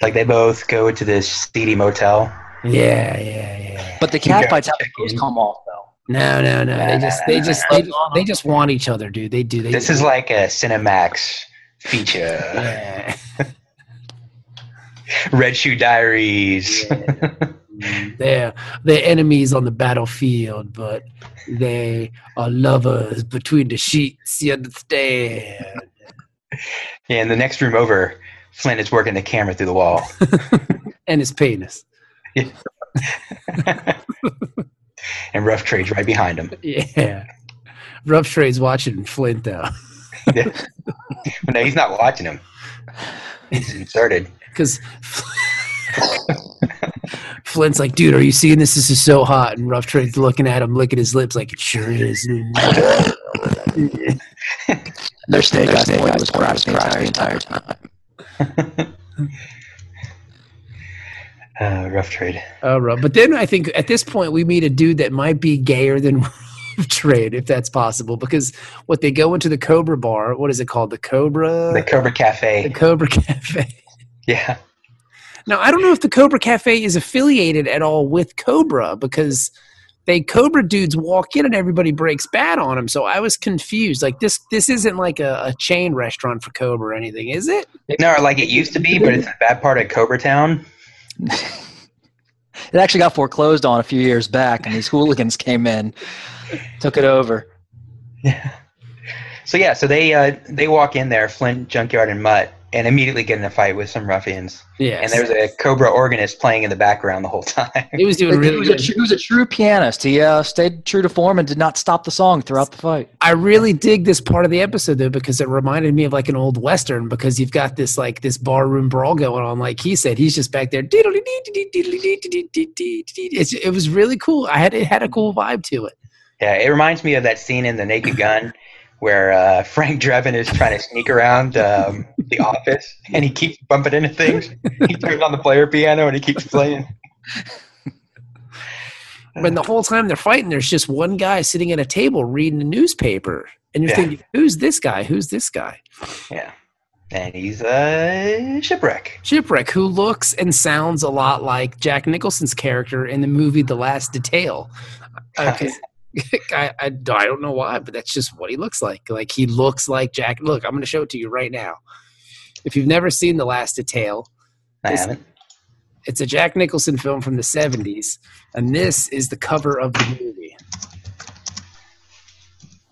S4: Like they both go to this seedy motel.
S5: yeah yeah yeah
S6: But the
S4: Yeah.
S6: catfights have the
S4: in.
S6: clothes come off though.
S5: no no no they just they just they, they just want each other dude they do they
S4: This is like a Cinemax feature.
S5: yeah,
S4: Red Shoe Diaries.
S5: yeah. (laughs) they're they're enemies on the battlefield but they are lovers between the sheets you understand
S4: Yeah, in the next room over, Flynn is working the camera through the wall.
S5: and his penis
S4: and Rough Trade's right behind him.
S5: Yeah. Rough Trade's watching Flint though, (laughs)
S4: No, he's not watching him. He's inserted.
S5: because (laughs) Flint's like, dude, are you seeing this? This is so hot. And Rough Trade's looking at him, licking his lips, like it sure is.
S6: Their snake eyes was grasping the entire time.
S4: Uh, rough Trade.
S5: Uh, Rough- but then I think at this point we meet a dude that might be gayer than (laughs) Rough Trade, if that's possible, because what they go into the Cobra Bar, what is it called? The Cobra,
S4: The Cobra
S5: the
S4: Cafe.
S5: Cobra Cafe. (laughs)
S4: Yeah.
S5: Now, I don't know if the Cobra Cafe is affiliated at all with Cobra because they Cobra dudes walk in and everybody breaks bad on them. So I was confused. Like this, this isn't like a, a chain restaurant for Cobra or anything, is it?
S4: No, like it used to be, but it's a bad part of Cobra Town.
S6: It actually got foreclosed on a few years back, and these (laughs) hooligans came in, took it over.
S4: So yeah, so they uh, they walk in there, Flint, Junkyard, and Mutt, and immediately get in a fight with some ruffians.
S5: Yeah.
S4: And there's a Cobra organist playing in the background the whole (laughs) time.
S5: he was doing
S6: he,
S5: really
S6: was
S5: good.
S6: a, tr- he was a true pianist. He uh, stayed true to form and did not stop the song throughout the fight.
S5: I really dig this part of the episode though because it reminded me of like an old western because you've got this like this barroom brawl going on. Like he said, he's just back there. It's, it was really cool. I had it had a cool vibe to it.
S4: Yeah, it reminds me of that scene in The Naked Gun where uh, (laughs) Frank Drebin is trying to sneak around um, the office and he keeps bumping into things. He turns on the player piano and he keeps playing.
S5: when the whole time they're fighting, there's just one guy sitting at a table reading a newspaper, and you're
S4: Yeah.
S5: thinking, "Who's this guy? Who's this guy?"
S4: Yeah. And he's a shipwreck.
S5: Shipwreck, who looks and sounds a lot like Jack Nicholson's character in the movie The Last Detail. Uh, 'cause (laughs) I, I, I don't know why, but that's just what he looks like. Like he looks like Jack. Look, I'm going to show it to you right now. If you've never seen The Last of Tale,
S4: I
S5: This-
S4: haven't.
S5: it's a Jack Nicholson film from the 70s, and this is the cover of the movie.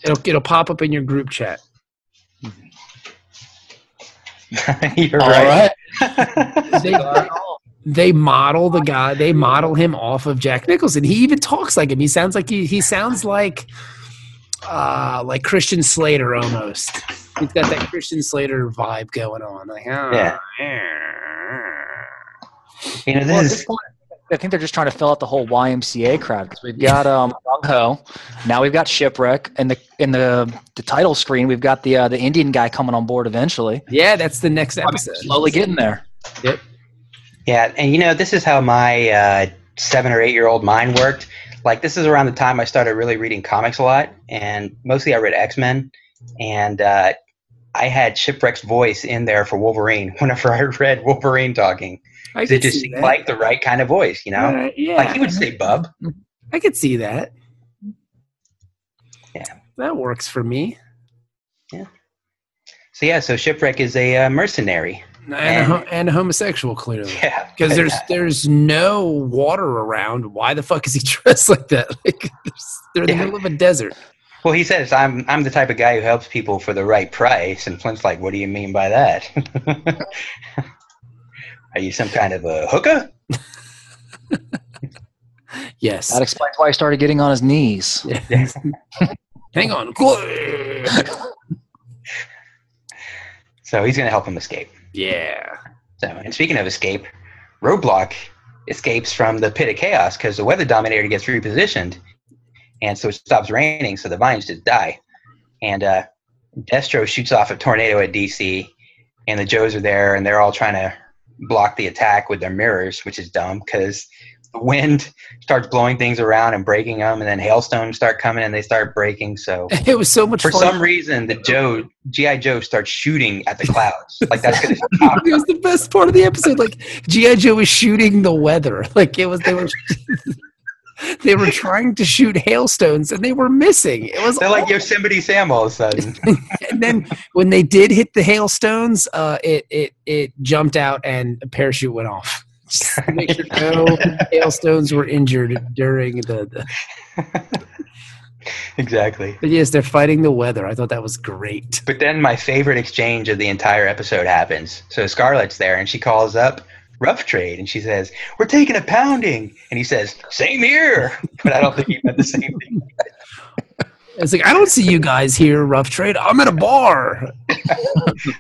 S5: It'll, it'll pop up in your group chat.
S4: (laughs) You're
S6: All
S4: right.
S6: right.
S5: They, they model the guy, they model him off of Jack Nicholson. He even talks like him. He sounds like he, he sounds like uh, like Christian Slater almost. He's got that Christian Slater vibe going on.
S4: (laughs)
S5: Like, oh, (laughs)
S4: Yeah. You know,
S6: Well, at
S4: this
S6: this
S4: is
S6: point, I think they're just trying to fill out the whole YMCA crowd because we've got um, Gung Ho, now we've got Shipwreck, and the in the the title screen we've got the uh, the Indian guy coming on board eventually.
S5: yeah, that's the next
S6: I mean,
S5: episode.
S6: slowly getting there.
S4: yeah, and you know, this is how my uh, seven or eight year old mind worked. Like this is around the time I started really reading comics a lot, and mostly I read X Men, and uh, I had Shipwreck's voice in there for Wolverine (laughs) whenever I read Wolverine talking.
S5: I
S4: It
S5: could
S4: just
S5: see
S4: seemed
S5: that.
S4: like the right kind of voice, you know.
S5: Uh, yeah,
S4: Like he would say "bub."
S5: I could see that.
S4: Yeah.
S5: That works for me.
S4: So yeah, so Shipwreck is a uh, mercenary. (laughs)
S5: And, a ho- and a homosexual, clearly.
S4: Yeah,
S5: Because there's there's no water around. Why the fuck is he (laughs) dressed like that? Like there's- they're in the
S4: Yeah.
S5: middle of a desert.
S4: Well, he says I'm I'm the type of guy who helps people for the right price, and Flint's like, "What do you mean by that? (laughs) Are you some kind of a hooker?"
S5: Yes.
S6: That explains why he started getting on his knees.
S5: Hang on. (laughs)
S4: So he's gonna help him escape.
S5: yeah.
S4: So, and speaking of escape, Roadblock escapes from the pit of chaos because the weather dominator gets repositioned, and so it stops raining, so the vines just die. And uh, Destro shoots off a tornado at DC, and the Joes are there, and they're all trying to block the attack with their mirrors, which is dumb because the wind starts blowing things around and breaking them, and then hailstones start coming and they start breaking. So
S5: It was so much
S4: for
S5: fun.
S4: some reason, the Joe GI Joe starts shooting at the clouds like that's gonna stop
S5: (laughs) it was the best part of the episode. Like GI Joe was shooting the weather. (laughs) Like it was they were they were trying to shoot hailstones and they were missing. It was
S4: They're like Yosemite Sam all of a sudden. (laughs)
S5: and then when they did hit the hailstones, uh, it it it jumped out and a parachute went off. Just to make sure no hailstones were injured during the, the.
S4: exactly.
S5: But yes, they're fighting the weather. I thought that was great.
S4: But then my favorite exchange of the entire episode happens. So Scarlett's there and she calls up Rough Trade and she says, We're taking a pounding. And he says, Same here. But I don't think he meant the same thing. (laughs)
S5: It's like I don't see you guys here, rough trade. I'm at a bar.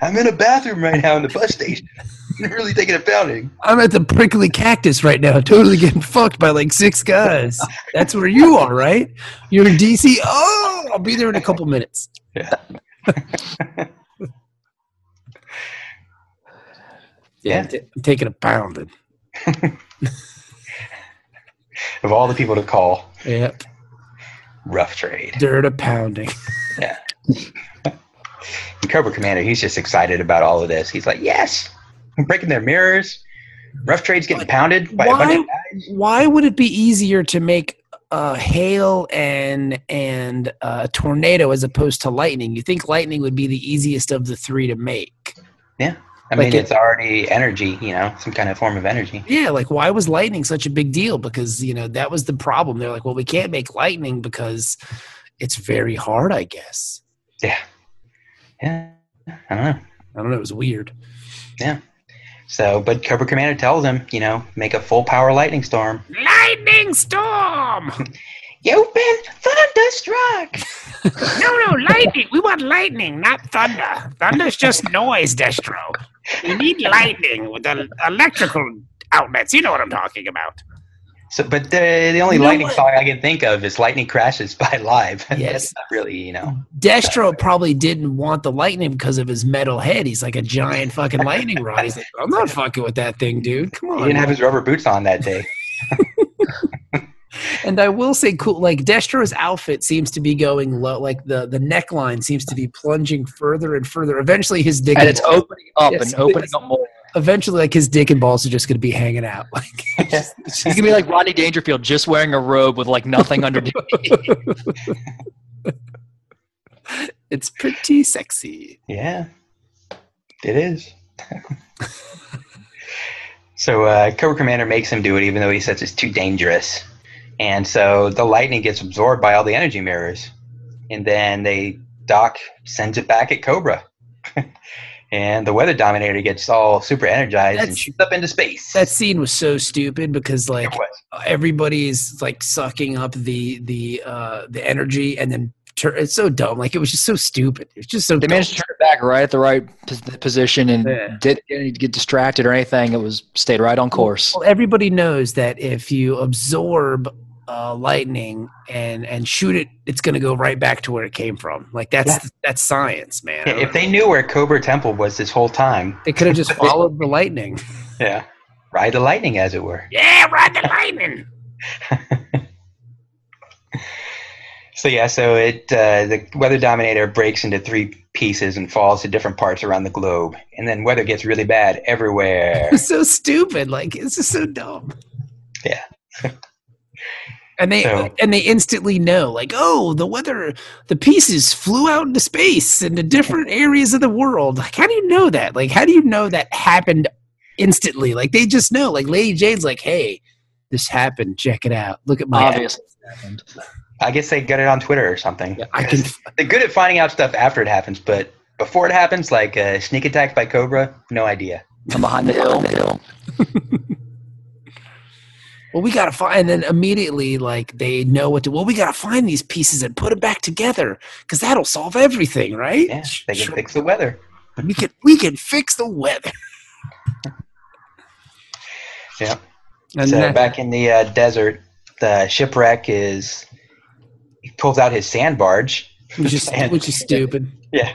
S4: I'm in a bathroom right now in the bus station. (laughs) I'm really taking a pounding.
S5: I'm at the prickly cactus right now, (laughs) totally getting fucked by like six guys. That's where you are, right? You're in DC. Oh, I'll be there in a couple minutes.
S4: Yeah.
S5: Yeah, i I'm taking a pounding.
S4: Of all the people to call,
S5: Yeah,
S4: Rough Trade.
S5: dirt a pounding.
S4: And Cobra Commander, he's just excited about all of this. He's like, Yes, I'm breaking their mirrors. Rough Trade's getting pounded by a
S5: Why-
S4: bunch of guys.
S5: Why would it be easier to make uh, hail and and uh, tornado as opposed to lightning? You think lightning would be the easiest of the three to make?
S4: I
S5: Like
S4: mean,
S5: it-
S4: it's already energy, you know, some kind of form of energy.
S5: Yeah, like why was lightning such a big deal? Because you know that was the problem. They're like, well, we can't make lightning because it's very hard. I guess
S4: Yeah. Yeah. I don't know.
S5: I don't know. It was weird.
S4: So, but Cobra Commander tells him, you know, make a full power lightning storm.
S5: Lightning storm!
S4: You've been thunderstruck.
S5: No, (laughs) no, lightning. We want lightning, not thunder. Thunder's just noise, Destro. We need lightning with the electrical outlets. You know what I'm talking about.
S4: So, but the, the only
S5: You know
S4: lightning
S5: what?
S4: song I can think of is "Lightning Crashes" (laughs) by Live.
S5: Yes.
S4: That's not really, you know.
S5: Destro probably didn't want the lightning because of his metal head. He's like a giant fucking lightning rod. He's like, I'm not fucking with that thing, dude. Come
S4: He
S5: on.
S4: didn't have his rubber boots on that day.
S5: And I will say, cool. Like Destro's outfit seems to be going low. Like the the neckline seems to be plunging further and further. Eventually, his dick.
S6: And it's opening up
S5: Yes.
S6: and opening up more.
S5: eventually, like his dick and balls are just going to be hanging out. (laughs) Like, it's just-
S6: He's
S5: it's
S6: gonna be like Rodney Dangerfield, just wearing a robe with like nothing underneath.
S5: just- it's pretty sexy.
S4: Yeah, it is. (laughs) so uh, Cobra Commander makes him do it, even though he says it's too dangerous. And so the lightning gets absorbed by all the energy mirrors, and then they Doc sends it back at Cobra, (laughs) and the Weather Dominator gets all super energized and
S5: That's-
S4: shoots up into space.
S5: That scene was so stupid because like
S4: It was.
S5: everybody's like sucking up the the uh the energy and then tur- it's so dumb. Like it was just so stupid. It's just so
S6: They
S5: dumb.
S6: managed to turn it back right at the right pos- position and
S5: Yeah.
S6: didn't get- get distracted or anything. It was stayed right on course.
S5: Well, everybody knows that if you absorb uh, lightning and and shoot it, it's going to go right back to where it came from. Like that's that's science, man.
S4: Yeah, if they knew where Cobra Temple was this whole time,
S5: they could have just followed the lightning.
S4: yeah, ride the lightning, as it were.
S5: (laughs) Yeah, ride the lightning.
S4: So yeah, so it uh, the weather dominator breaks into three pieces and falls to different parts around the globe, and then weather gets really bad
S5: (laughs)
S4: everywhere.
S5: It's so stupid. Like it's just so dumb.
S4: Yeah.
S5: (laughs) And they
S4: So-
S5: and they instantly know, like, oh, the weather, the pieces flew out into space into
S4: (laughs)
S5: different areas of the world. Like, how do you know that? Like, how do you know that happened instantly? Like, they just know. Like, Lady Jade's like, hey, this happened. Check it out. Look at my.
S4: Oh,
S6: Obviously, happened.
S4: I guess they got it on Twitter or something.
S5: I can.
S4: (laughs) They're good at finding out stuff after it happens, but before it happens, like a sneak attack by Cobra, no idea.
S6: I'm behind the hill.
S5: (laughs) Well, we gotta find. And then immediately, like, they know what to. Well, we gotta find these pieces and put them back together because that'll solve everything, right?
S4: Yeah, they can
S5: Sure.
S4: fix the weather.
S5: We can we can fix the
S4: (laughs)
S5: weather.
S4: Yeah.
S5: And
S4: so
S5: that-
S4: back in the uh, desert, the shipwreck is he pulls out his sand barge,
S5: which is
S4: And-
S5: which is stupid.
S4: yeah,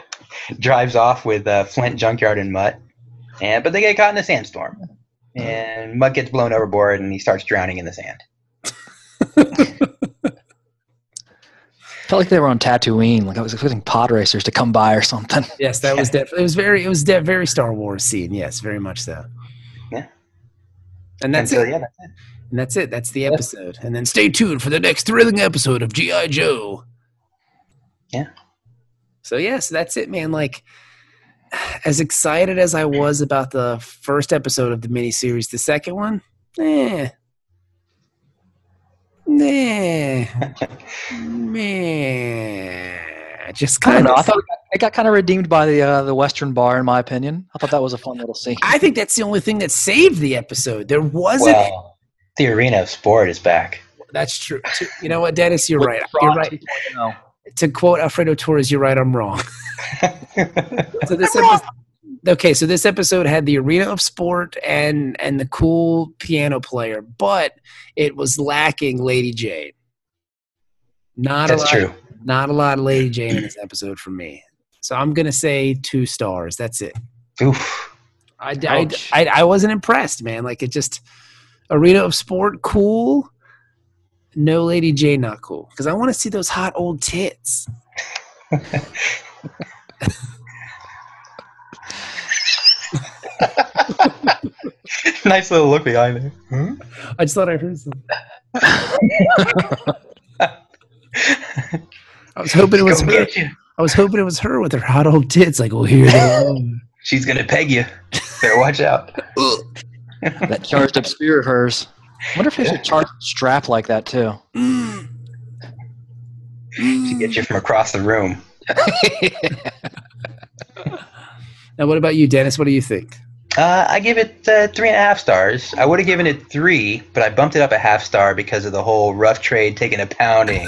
S4: drives off with uh, Flint, Junkyard, and Mutt, and but they get caught in a sandstorm,
S5: Oh.
S4: and Mutt gets blown overboard, and he starts drowning in the sand.
S6: Felt like they were on Tatooine. Like I was expecting pod racers to come by or something.
S5: Yes, that was definitely. It was very. It was de- very Star Wars scene. Yes, very much so.
S4: Yeah.
S5: And that's
S4: and so,
S5: it.
S4: Yeah, that's it.
S5: And that's it. That's the episode. And then stay tuned for the next thrilling episode of GI Joe.
S4: Yeah.
S5: So yes, that's it, man. Like, (sighs) as excited as I was about the first episode of the miniseries, the second one,
S6: (laughs)
S5: eh, nah, meh, just
S6: I
S5: kind
S6: don't know.
S5: of.
S6: I thought (laughs) it got kind of redeemed by the uh, the Western Bar, in my opinion. I thought that was a fun little scene.
S5: I think that's the only thing that saved the episode. There wasn't.
S4: Well, the arena of sport is back.
S5: that's true. too. You know what, Dennis? You're
S6: With
S5: right.
S6: Frog
S5: You're right.
S6: 2.0.
S5: To quote Alfredo Torres, "You're right. I'm wrong." so this
S2: I'm wrong.
S5: episode, okay, so this episode had the arena of sport and and the cool piano player, but it was lacking Lady Jane. Not a
S4: That's
S5: lot,
S4: true.
S5: Not a lot of Lady Jane in this episode for me. So I'm gonna say two stars. That's it.
S4: Oof. (laughs)
S5: I, I,
S6: Ouch.
S5: I, I wasn't impressed, man. Like it just arena of sport, cool. No Lady J, not cool. Because I want to see those hot old tits.
S4: nice little look behind there. Hmm?
S5: I just thought I heard (laughs) something. I was hoping it was
S4: Go
S5: her.
S4: get you.
S5: I was hoping it was her with her hot old tits. Like, well, here they are.
S4: She's gonna peg you. Better watch out.
S6: That charged up spear of hers. I wonder if there's a charged strap like that too.
S4: She gets you from across the room.
S5: (laughs) Now, what about you, Dennis? What do you think?
S4: Uh, I give it uh, three and a half stars. I would have given it three, but I bumped it up a half star because of the whole rough trade taking a pounding.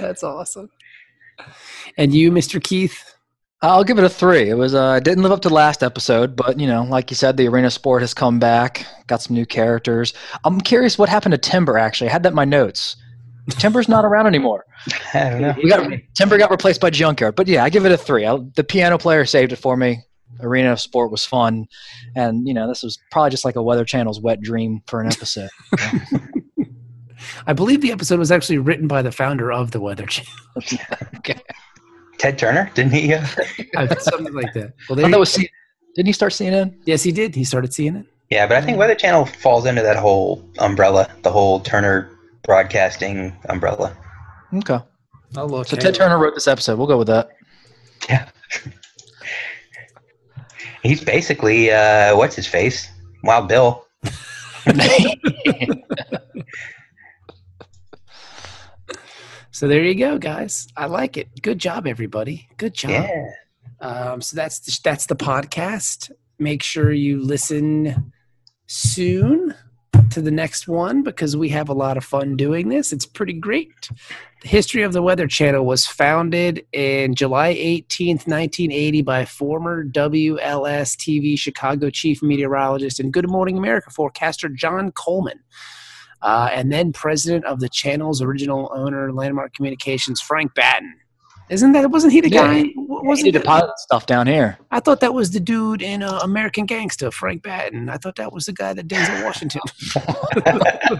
S5: That's awesome. And you, Mr. Keith?
S6: I'll give it a three. It was uh, didn't live up to last episode, but you know, like you said, the arena sport has come back. Got some new characters. I'm curious what happened to Timber. Actually, I had that in my notes. Timber's not around anymore.
S4: I don't know.
S6: We got Timber got replaced by Junkyard, but yeah, I give it a three. I, the piano player saved it for me. Arena of Sport was fun, and you know, this was probably just like a Weather Channel's wet dream for an episode.
S5: I believe the episode was actually written by the founder of the Weather Channel.
S6: okay.
S4: Ted Turner, didn't he? Uh,
S5: Uh, (laughs) something like that. Well,
S6: I
S5: there
S6: thought
S5: you-
S6: that was C- Didn't he start CNN?
S5: yes, he did. He started seeing it.
S4: yeah, but I think Weather Channel falls under that whole umbrella, the whole Turner broadcasting umbrella.
S6: Okay.
S5: Oh, look.
S6: So Ted Turner wrote this episode. We'll go with that.
S4: Yeah. He's basically uh, what's his face? Wild Bill.
S5: So there you go, guys. I like it. Good job, everybody. Good job.
S4: Yeah. (laughs)
S5: Um, so that's the, that's the podcast. Make sure you listen soon to the next one because we have a lot of fun doing this. It's pretty great. The history of the Weather Channel was founded in July 18th, 1980, by former WLS TV Chicago chief meteorologist and Good Morning America forecaster John Coleman. Uh, and then president of the channel's original owner, Landmark Communications, Frank Batten. Isn't that wasn't he the
S6: Yeah,
S5: guy?
S6: he-
S5: w-
S6: What's he
S5: Wasn't that-
S6: deposit stuff down here?
S5: I thought that was the dude in uh, American Gangster, Frank Batten. I thought that was the guy that Denzel Washington.
S4: I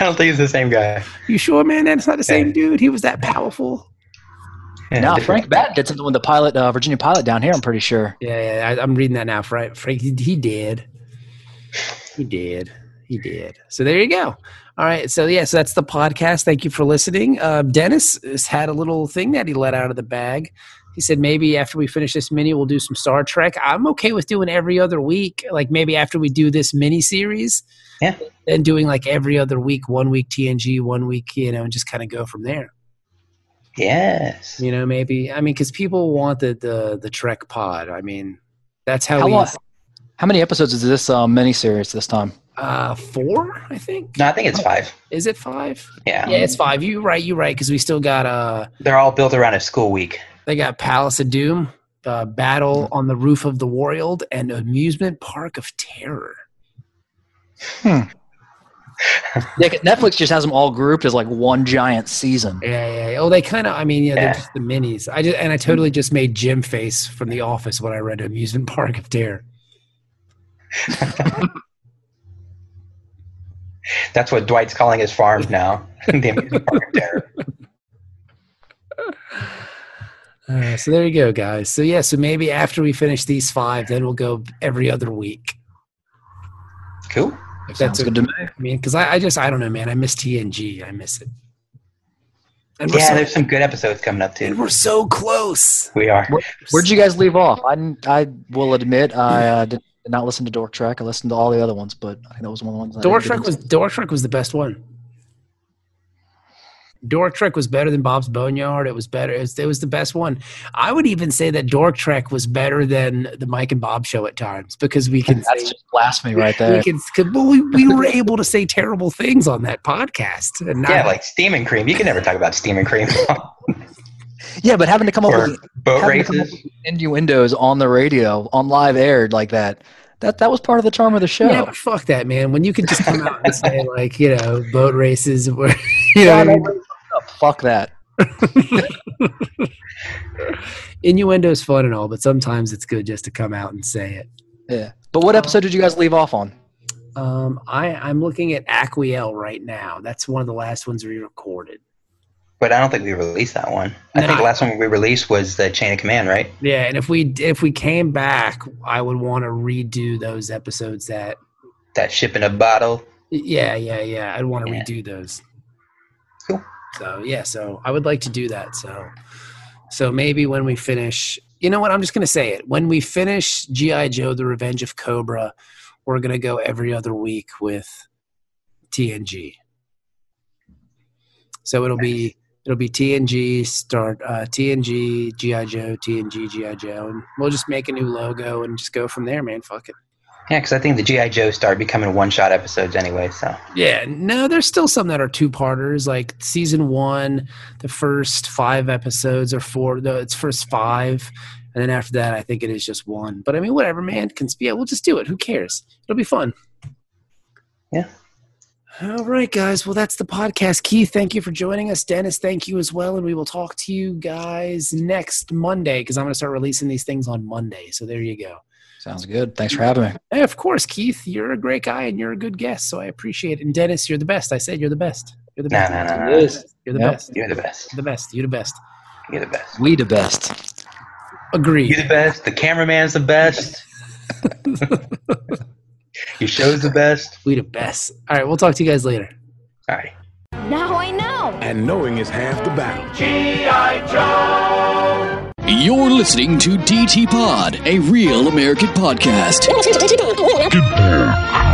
S4: don't think it's the same guy.
S5: you sure, man? That's not the same dude. He was that powerful.
S4: Yeah,
S6: no,
S4: different-
S6: Frank Batten did something with the pilot, uh, Virginia pilot down here. I'm pretty sure.
S5: Yeah, yeah I, I'm reading that now. Frank, Frank, he, he did. He did. He did. So there you go. All right. So yeah, so that's the podcast. Thank you for listening. Uh, Dennis has had a little thing that he let out of the bag. He said maybe after we finish this mini, we'll do some Star Trek. I'm okay with doing every other week. Like maybe after we do this mini series,
S4: Yeah.
S5: Then doing like every other week, one week TNG, one week you know, and just kind of go from there.
S4: Yes.
S5: You know, maybe I mean, because people want the the the Trek pod. I mean, that's how,
S6: How
S5: we
S6: long? How many episodes is this uh, miniseries this time?
S5: uh four i think
S4: No, I think it's five.
S5: is it five
S4: Yeah.
S5: yeah it's five you right you right because we still got uh
S4: They're all built around a school week.
S5: they got palace of doom uh, battle on the roof of the world and amusement park of terror
S6: Yeah, 'cause Netflix just has them all grouped as like one giant season.
S5: yeah yeah, yeah. oh they kind of i mean yeah, they're
S4: Yeah.
S5: just the minis i just and i totally just made jim face from the office when i read amusement park of terror
S4: That's what Dwight's calling his farm now. (laughs) the amusement park of terror.
S5: uh, so there you go guys so yeah so maybe after we finish these five then we'll go every other week
S4: Cool.
S5: if
S6: Sounds
S5: that's
S6: good to me.
S5: I mean, because I, I just I don't know, man. I miss TNG. I miss it. And we're,
S4: Yeah,
S5: so,
S4: there's some good episodes coming up
S5: and
S4: too.
S5: we're so close.
S4: We are.
S6: Where'd you guys leave off? I didn't- I will admit I uh, did did not listen to Dork Trek. I listened to all the other ones, but I think that was one of the ones. I
S5: Door
S6: didn't
S5: Trek
S6: get
S5: was Door Trek was the best one. Door Trek was better than Bob's Boneyard. It was better. It was, it was the best one. I would even say that Dork Trek was better than the Mike and Bob show at times because we can
S6: into. That's
S5: say,
S6: just blasphemy (laughs) right
S5: we
S6: there.
S5: can could, well, we, we were able to say terrible things on that podcast. And not,
S4: Yeah, like steam and cream. You can never talk about steam and cream (laughs)
S6: Yeah, but having to come up
S4: or
S6: with
S4: boat
S6: having to come up
S4: races.
S6: with innuendos on the radio on live aired like that. That, that was part of the charm of the show. (laughs)
S5: yeah, but fuck that, man. When you can just come out and say (laughs) like you know boat races were (laughs) you know
S6: Yeah,
S5: what I
S6: that
S5: mean?
S6: was- Fuck that.
S5: innuendo is fun and all, but sometimes it's good just to come out and say it.
S6: Yeah. But what episode did you guys leave off on?
S5: Um, I, I'm looking at Aquiel right now. That's one of the last ones we recorded.
S4: But I don't think we released that one. I
S5: No.
S4: think the last one we released was the Chain of Command, right?
S5: Yeah, and if we if we came back, I would want to redo those episodes. That
S4: That ship in a bottle.
S5: yeah, yeah, yeah. I'd want to
S4: Yeah.
S5: redo those.
S4: Cool.
S5: So yeah, so I would like to do that. So so maybe when we finish, you know what? I'm just gonna say it. When we finish GI Joe: The Revenge of Cobra, we're gonna go every other week with TNG. So it'll be it'll be TNG start uh, TNG GI Joe TNG GI Joe, and we'll just make a new logo and just go from there, man. Fuck it.
S4: Yeah, because I think the GI Joe started becoming one-shot episodes anyway. So
S5: Yeah, no, there's still some that are two parters. Like season one, the first five episodes are four. No, it's first five, and then after that, I think it is just one. But I mean, whatever, man. Can yeah, we'll just do it. Who cares? It'll be fun.
S4: Yeah.
S5: All right, guys. Well, that's the podcast. Keith, thank you for joining us. Dennis, thank you as well. And we will talk to you guys next Monday because I'm going to start releasing these things on Monday. So there you go.
S6: Sounds good. Thanks for having me.
S5: Hey, of course, Keith, you're a great guy and you're a good guest, so I appreciate it. And Dennis, you're the best. I said you're the best. You're the
S4: No,
S5: best.
S4: no, no,
S5: You're
S4: no.
S5: the best. You're the
S6: Yep.
S5: best.
S4: you're the best.
S5: You're the best. You're the best.
S4: You're the best.
S6: We the best.
S5: Agreed.
S4: You're the best. The cameraman's the best. Your show's the best.
S5: We the best. All right, we'll talk to you guys later.
S4: All right.
S7: Now I know.
S8: And knowing is half the battle.
S3: You're listening to DT Pod, a real American podcast.
S1: Good